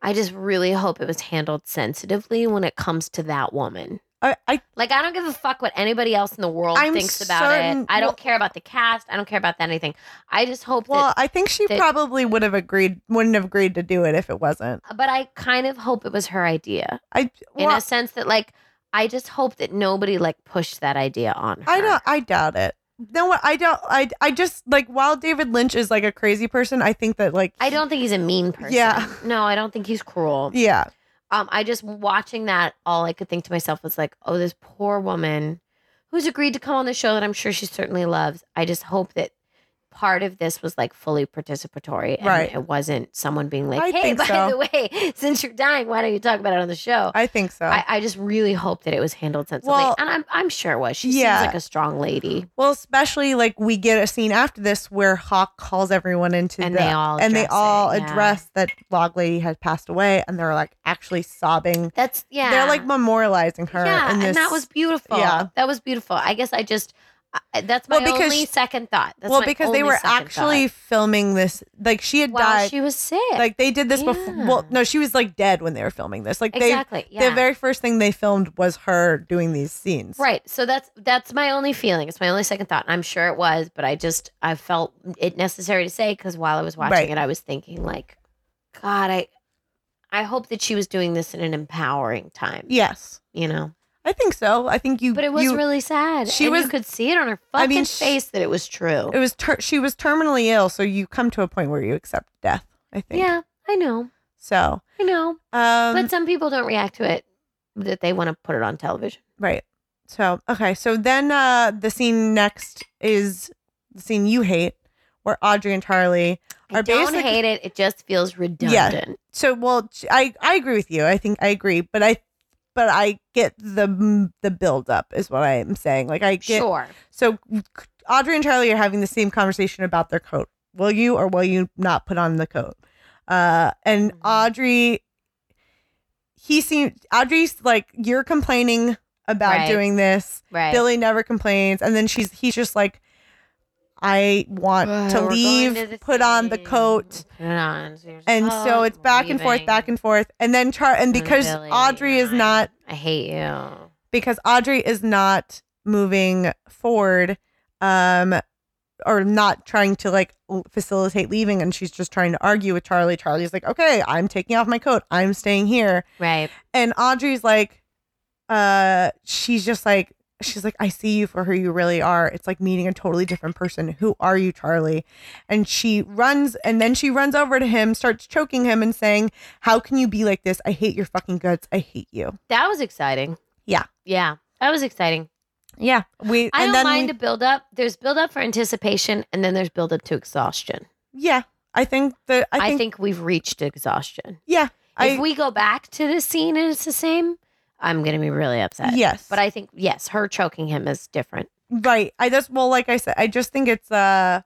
A: I just really hope it was handled sensitively when it comes to that woman.
B: i, I
A: Like, I don't give a fuck what anybody else in the world
B: I'm
A: thinks about
B: certain-
A: it. I don't
B: well-
A: care about the cast. I don't care about anything. I just hope
B: well i think she
A: that-
B: probably would have agreed wouldn't have agreed to do it if it wasn't
A: that, but I kind of hope it was her idea
B: i
A: in
B: well,
A: a sense that, like, I just hope that nobody like pushed that idea on her.
B: i don't i doubt it no what i don't i i just like while david lynch is like a crazy person i think that like
A: I don't think he's a mean person.
B: Yeah.
A: No, I don't think he's cruel.
B: yeah
A: um, I just watching that, all I could think to myself was like, oh, this poor woman who's agreed to come on the show that I'm sure she certainly loves. I just hope that part of this was like fully participatory and
B: Right.
A: it wasn't someone being like,
B: I
A: hey,
B: think
A: by
B: so.
A: the way, since you're dying, why don't you talk about it on the show? I,
B: i think so
A: I, just really hope that it was handled sensibly.
B: Well,
A: and I'm, I'm sure it was. She
B: yeah.
A: seems like a strong lady.
B: Well, especially like we get a scene after this where Hawk calls everyone into
A: And
B: the
A: they all
B: and they
A: address
B: all
A: it, yeah.
B: address that Log Lady had passed away, and they're like actually sobbing.
A: That's, yeah.
B: They're like memorializing her.
A: yeah,
B: in this,
A: and that was beautiful.
B: yeah.
A: That was beautiful. I guess I just, I, that's my
B: Well, because
A: only
B: she-
A: second thought. That's
B: well
A: my
B: because they
A: only
B: were
A: second
B: actually filming this. Like she had
A: thought. while
B: died.
A: she was sick.
B: like they did this before.
A: Yeah.
B: Well, no, she was like dead when they were filming this. Like
A: exactly.
B: they,
A: yeah.
B: the very first thing they filmed was her doing these scenes.
A: right. So that's that's my only feeling. It's my only second thought. I'm sure it was, but I just I felt it necessary to say because while I was watching
B: Right.
A: it, I was thinking like, God, I I hope that she was doing this in an empowering time.
B: Yes,
A: You know.
B: I think so. I think you.
A: But it was
B: you-
A: really sad.
B: she
A: She and
B: was-
A: you could see it on her fucking
B: I mean, she-
A: face that it was true.
B: It was. Ter- she was terminally ill, so you come to a point where you accept death. I think.
A: yeah, I know.
B: So,
A: I know.
B: um,
A: but some people don't react to it that they want to put it on television.
B: right. So, okay. So then uh, the scene next is the scene you hate, where Audrey and Charlie.
A: I
B: Our
A: don't
B: basic-
A: hate it. It just feels redundant.
B: So, well, ch- I I agree with you. I think I agree, but I, but I get the the build up is what I'm saying. Like I get.
A: Sure.
B: So, Audrey and Charlie are having the same conversation about their coat. Will you or will you not put on the coat? Uh, and
A: Mhm.
B: Audrey, he seemed Audrey's like you're complaining about
A: Right.
B: doing this.
A: Right.
B: Billy never complains, and then she's he's just like, I want
A: Ugh,
B: to
A: we're going
B: leave,
A: to the
B: put on the
A: sea.
B: coat,
A: Put it on. So you're just,
B: and
A: "Oh,
B: so it's back and forth,
A: leaving.
B: back and forth, and then Char and
A: Little
B: because
A: Billy,
B: Audrey is
A: I-
B: not
A: I hate you.
B: because Audrey is not moving forward, um, or not trying to like l- facilitate leaving, and she's just trying to argue with Charlie. Charlie's like, okay, I'm taking off my coat, I'm staying here,
A: Right.
B: and Audrey's like, uh, she's just like, she's like, I see you for who you really are. It's like meeting a totally different person. Who are you, Charlie? And she runs, and then she runs over to him, starts choking him, and saying, "How can you be like this? I hate your fucking guts. I hate you."
A: That was exciting.
B: Yeah.
A: Yeah. That was exciting.
B: Yeah. We
A: I
B: and
A: don't
B: then
A: mind
B: we-
A: a build up. There's build up for anticipation and then there's build up to exhaustion.
B: yeah. I think that I
A: I
B: think,
A: think, we've reached exhaustion.
B: yeah. I
A: if we go back to this scene and it's the same, I'm going to be really upset.
B: yes.
A: But I think yes, her choking him is different.
B: Right. I just well, like I said, I just think it's uh,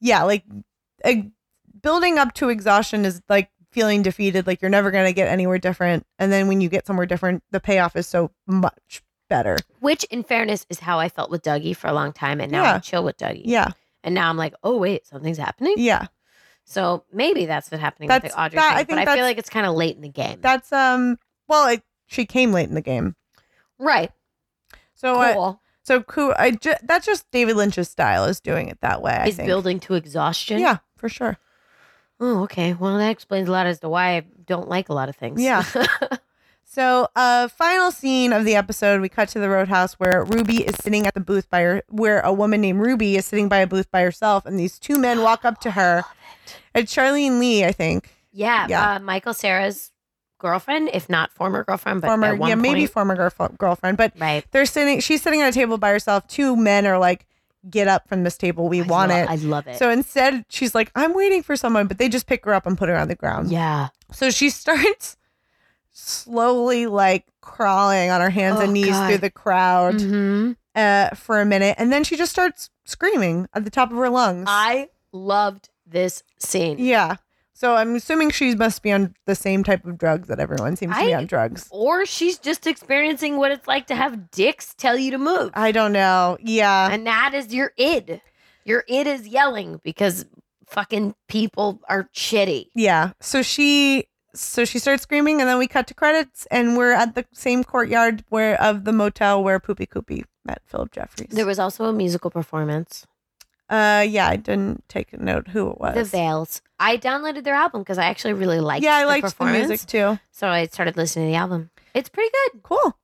B: yeah, like a, building up to exhaustion is like feeling defeated, like you're never gonna get anywhere different, and then when you get somewhere different, the payoff is so much better.
A: Which, in fairness, is how I felt with Dougie for a long time, and now
B: Yeah.
A: I'm chill with Dougie.
B: Yeah,
A: And now I'm like, oh wait, something's happening.
B: yeah.
A: So maybe that's what's happening with
B: That's-
A: the Audrey
B: that-
A: thing.
B: I think
A: but I
B: that's-
A: feel like it's kind of late in the game.
B: That's um, well, it, she came late in the game,
A: right.
B: so uh,
A: cool.
B: so cool. I ju- that's just David Lynch's style is doing it that way. I
A: Is
B: think.
A: building to exhaustion.
B: Yeah, for sure.
A: Oh, okay. Well, that explains a lot as to why I don't like a lot of things.
B: Yeah. So, uh, final scene of the episode, we cut to the roadhouse where Ruby is sitting at the booth by her, where a woman named Ruby is sitting by a booth by herself, and these two men walk up to her. It's Charlene Lee, I think,
A: yeah.
B: Yeah.
A: Uh, Michael Sarah's girlfriend, if not former girlfriend, but
B: former,
A: at one
B: yeah, maybe
A: point-
B: former girlf- girlfriend, but
A: right.
B: they're sitting. She's sitting at a table by herself. Two men are like, "Get up from this table. We
A: I
B: want
A: lo-
B: it."
A: I love it.
B: so instead, she's like, "I'm waiting for someone," but they just pick her up and put her on the ground.
A: yeah.
B: So she starts slowly like crawling on her hands
A: Oh,
B: and knees
A: God.
B: through the crowd.
A: Mhm.
B: uh, for a minute, and then she just starts screaming at the top of her lungs.
A: I loved this scene.
B: yeah. So I'm assuming she must be on the same type of drugs that everyone seems to be
A: I-
B: on drugs.
A: Or she's just experiencing what it's like to have dicks tell you to move.
B: I don't know. Yeah.
A: and that is your id. Your id is yelling because fucking people are shitty.
B: Yeah. So she so she starts screaming, and then we cut to credits, and we're at the same courtyard where of the motel where Poopy Koopy met Philip Jeffries.
A: There was also a musical performance.
B: uh, yeah, I didn't take a note who it was.
A: The Veils. I downloaded their album because I actually really liked
B: yeah, I
A: the
B: liked the
A: performance.
B: music too.
A: So I started listening to the album. It's pretty good.
B: Cool.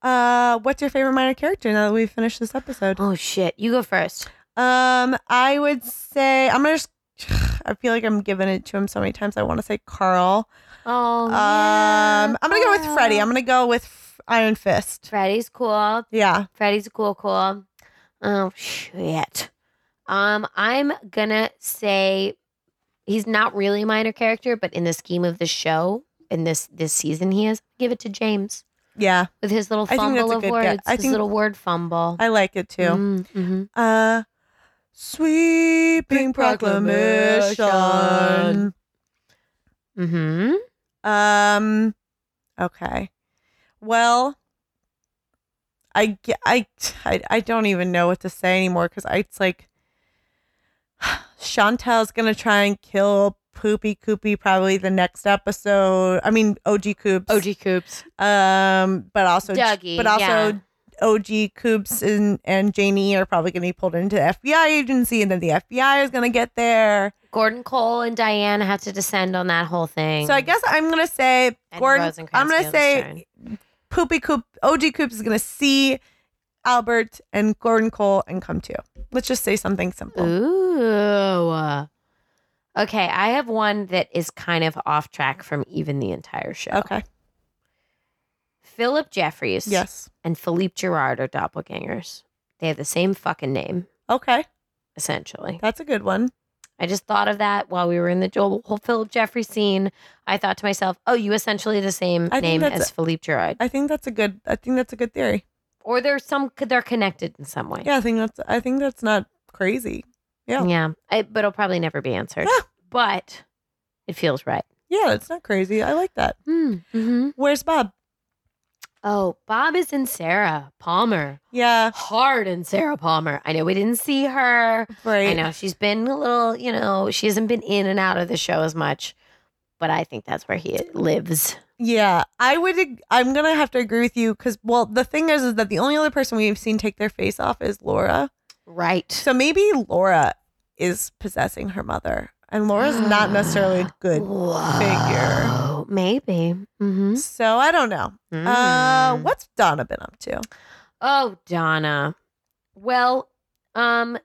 B: Uh, what's your favorite minor character now that we've finished this episode?
A: Oh shit. You go first.
B: Um, I would say I'm gonna just. I feel like I'm giving it to him so many times. I want to say Carl.
A: Oh
B: um, I'm gonna go with Freddy. I'm gonna go with F- Iron Fist.
A: Freddie's cool.
B: Yeah,
A: Freddy's cool, cool. Oh shit. Um, I'm gonna say he's not really a minor character, but in the scheme of the show, in this this season, he is. Give it to James
B: yeah,
A: with his little
B: I think that's
A: fumble
B: a
A: of
B: good
A: words.
B: guess. I
A: his
B: think-
A: little word fumble.
B: I like it too.
A: Mm, mhm.
B: Uh, sweeping proclamation.
A: proclamation. Mm-hmm.
B: Um, okay. Well, I, ge- I, I, I don't even know what to say anymore because it's like Chantel's gonna try and kill Poopy Koopy probably the next episode. I mean OG Coops.
A: Coops.
B: Um, but also
A: Dougie,
B: But also
A: yeah.
B: OG Coops and and Janie are probably gonna be pulled into the FBI agency, and then the FBI is gonna get there.
A: Gordon Cole and Diane have to descend on that whole thing.
B: So I guess I'm gonna say
A: And
B: Gordon.
A: Rosencrantz
B: I'm gonna
A: feels
B: say
A: stern.
B: Poopy Coop, OG Coops is gonna see Albert and Gordon Cole and come too. Let's just say something simple.
A: Ooh. Okay, I have one that is kind of off track from even the entire show.
B: Okay.
A: Philip Jeffries
B: Yes.
A: and Philippe Gerard are doppelgangers. They have the same fucking name,
B: Okay.
A: essentially.
B: That's a good one.
A: I just thought of that while we were in the Joel whole Philip Jeffries scene. I thought to myself, oh, you essentially the same
B: I think
A: name
B: that's-
A: as Philippe Gerard.
B: I think that's a good. I think that's a good theory.
A: or they're some they're connected in some way.
B: Yeah. I think that's. I think that's not crazy. yeah.
A: Yeah. I, but it'll probably never be answered.
B: Yeah.
A: But it feels right.
B: Yeah, it's not crazy. I like that.
A: Mm-hmm.
B: Where's Bob?
A: Oh, Bob is in Sarah Palmer.
B: Yeah.
A: Hard in Sarah Palmer. I know we didn't see her.
B: Right.
A: I know she's been a little, you know, she hasn't been in and out of the show as much, but I think that's where he lives.
B: Yeah, I would. ag- I'm gonna have to agree with you because, well, the thing is, is that the only other person we've seen take their face off is Laura.
A: Right.
B: So maybe Laura is possessing her mother, and Laura's not necessarily a good.
A: Whoa, Maybe. Mm-hmm.
B: So I don't know.
A: Mm.
B: Uh, what's Donna been up to?
A: Oh, Donna. Well, um,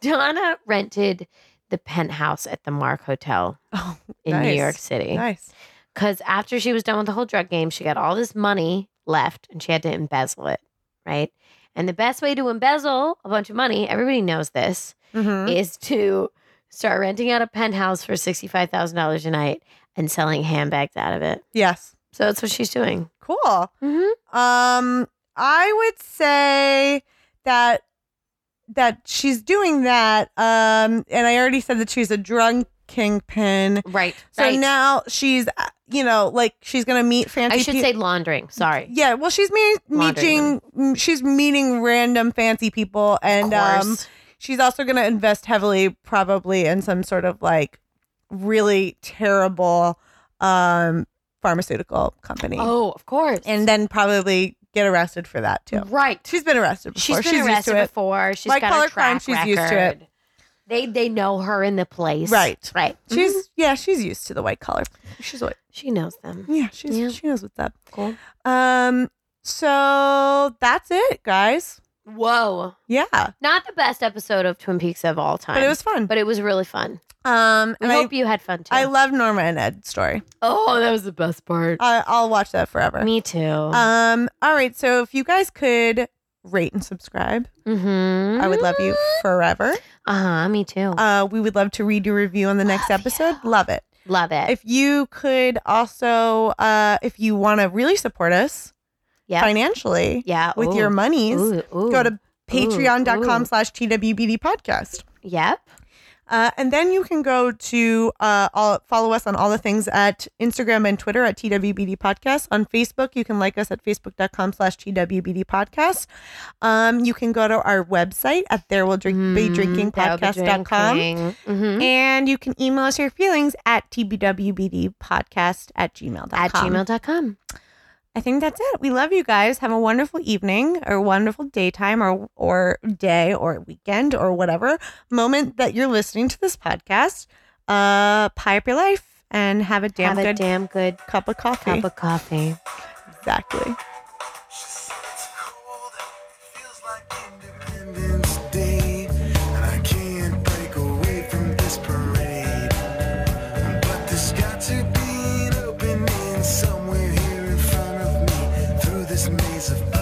A: Donna rented the penthouse at the Mark Hotel
B: Oh,
A: in
B: Nice.
A: New York City.
B: nice.
A: Because after she was done with the whole drug game, she got all this money left and she had to embezzle it, right? And the best way to embezzle a bunch of money, everybody knows this,
B: Mhm.
A: is to start renting out a penthouse for $65,000 a night and selling handbags out of it.
B: Yes.
A: So that's what she's doing.
B: Cool.
A: Mm-hmm.
B: Um, I would say that that she's doing that. Um, and I already said that she's a drug kingpin.
A: Right.
B: So
E: Right.
B: now she's, uh, you know, like she's gonna meet fancy.
A: I should
B: peo-
A: say laundering. Sorry.
B: Yeah, well, she's meet-
A: Laundry
B: meeting, m- she's meeting random fancy people, and um,
A: Course.
B: she's also gonna invest heavily, probably in some sort of like really terrible, um, pharmaceutical company,
A: oh, of course.
B: um, and then probably get arrested for that too.
A: right.
B: She's been arrested
A: Mm-hmm. She's
B: before.
A: been arrested
B: used to
A: before. She's
B: White
A: got
B: collar
A: a
B: crime,
A: track
B: she's
A: record.
B: used to it.
A: They they know her in the place.
B: Right.
A: Right.
B: it. She's yeah, she's used to the white collar. She's like
A: She knows them.
B: yeah, she's
A: Yeah.
B: she knows what's up.
A: Cool.
B: Um, so that's it, guys.
A: Whoa.
B: Yeah,
A: Not the best episode of Twin Peaks of all time.
B: but it was fun.
A: but it was really fun.
B: Um,
A: I
B: and I
A: hope you had fun too.
B: I love Norma and Ed's story.
A: oh, that was the best part.
B: I, I'll watch that forever.
A: Me too.
B: Um, all right. So if you guys could rate and subscribe,
A: mm-hmm.
B: I would love you forever.
A: Uh huh. Me too.
B: Uh, we would love to read your review on the next
A: Love
B: episode. Love it.
A: love it.
B: If you could also, uh, if you want to really support us
A: yeah.
B: financially
A: yeah.
B: with
A: ooh.
B: your monies,
A: Ooh, ooh.
B: go to patreon.com
A: ooh.
B: slash TWBD podcast.
A: Yep.
B: Uh, and then you can go to uh, all, follow us on all the things at Instagram and Twitter at TWBD Podcast. On Facebook, you can like us at facebook.com slash TWBD Podcast. Um, you can go to our website at there will drink, be drinking podcast.com.
A: Mm-hmm.
B: And you can email us your feelings at TBWBDpodcast at gmail.com.
A: At gmail.com.
B: I think that's it. We love you guys. Have a wonderful evening or wonderful daytime or or day or weekend or whatever moment that you're listening to this podcast. Uh pie up your life and have a damn
A: Have a
B: good
A: damn good
B: cup of coffee.
A: cup of coffee.
B: exactly.
D: She said it's cold and feels like Independence Day, and I can't break away from this parade. But there's got to be an opening somewhere here in front of me through this maze of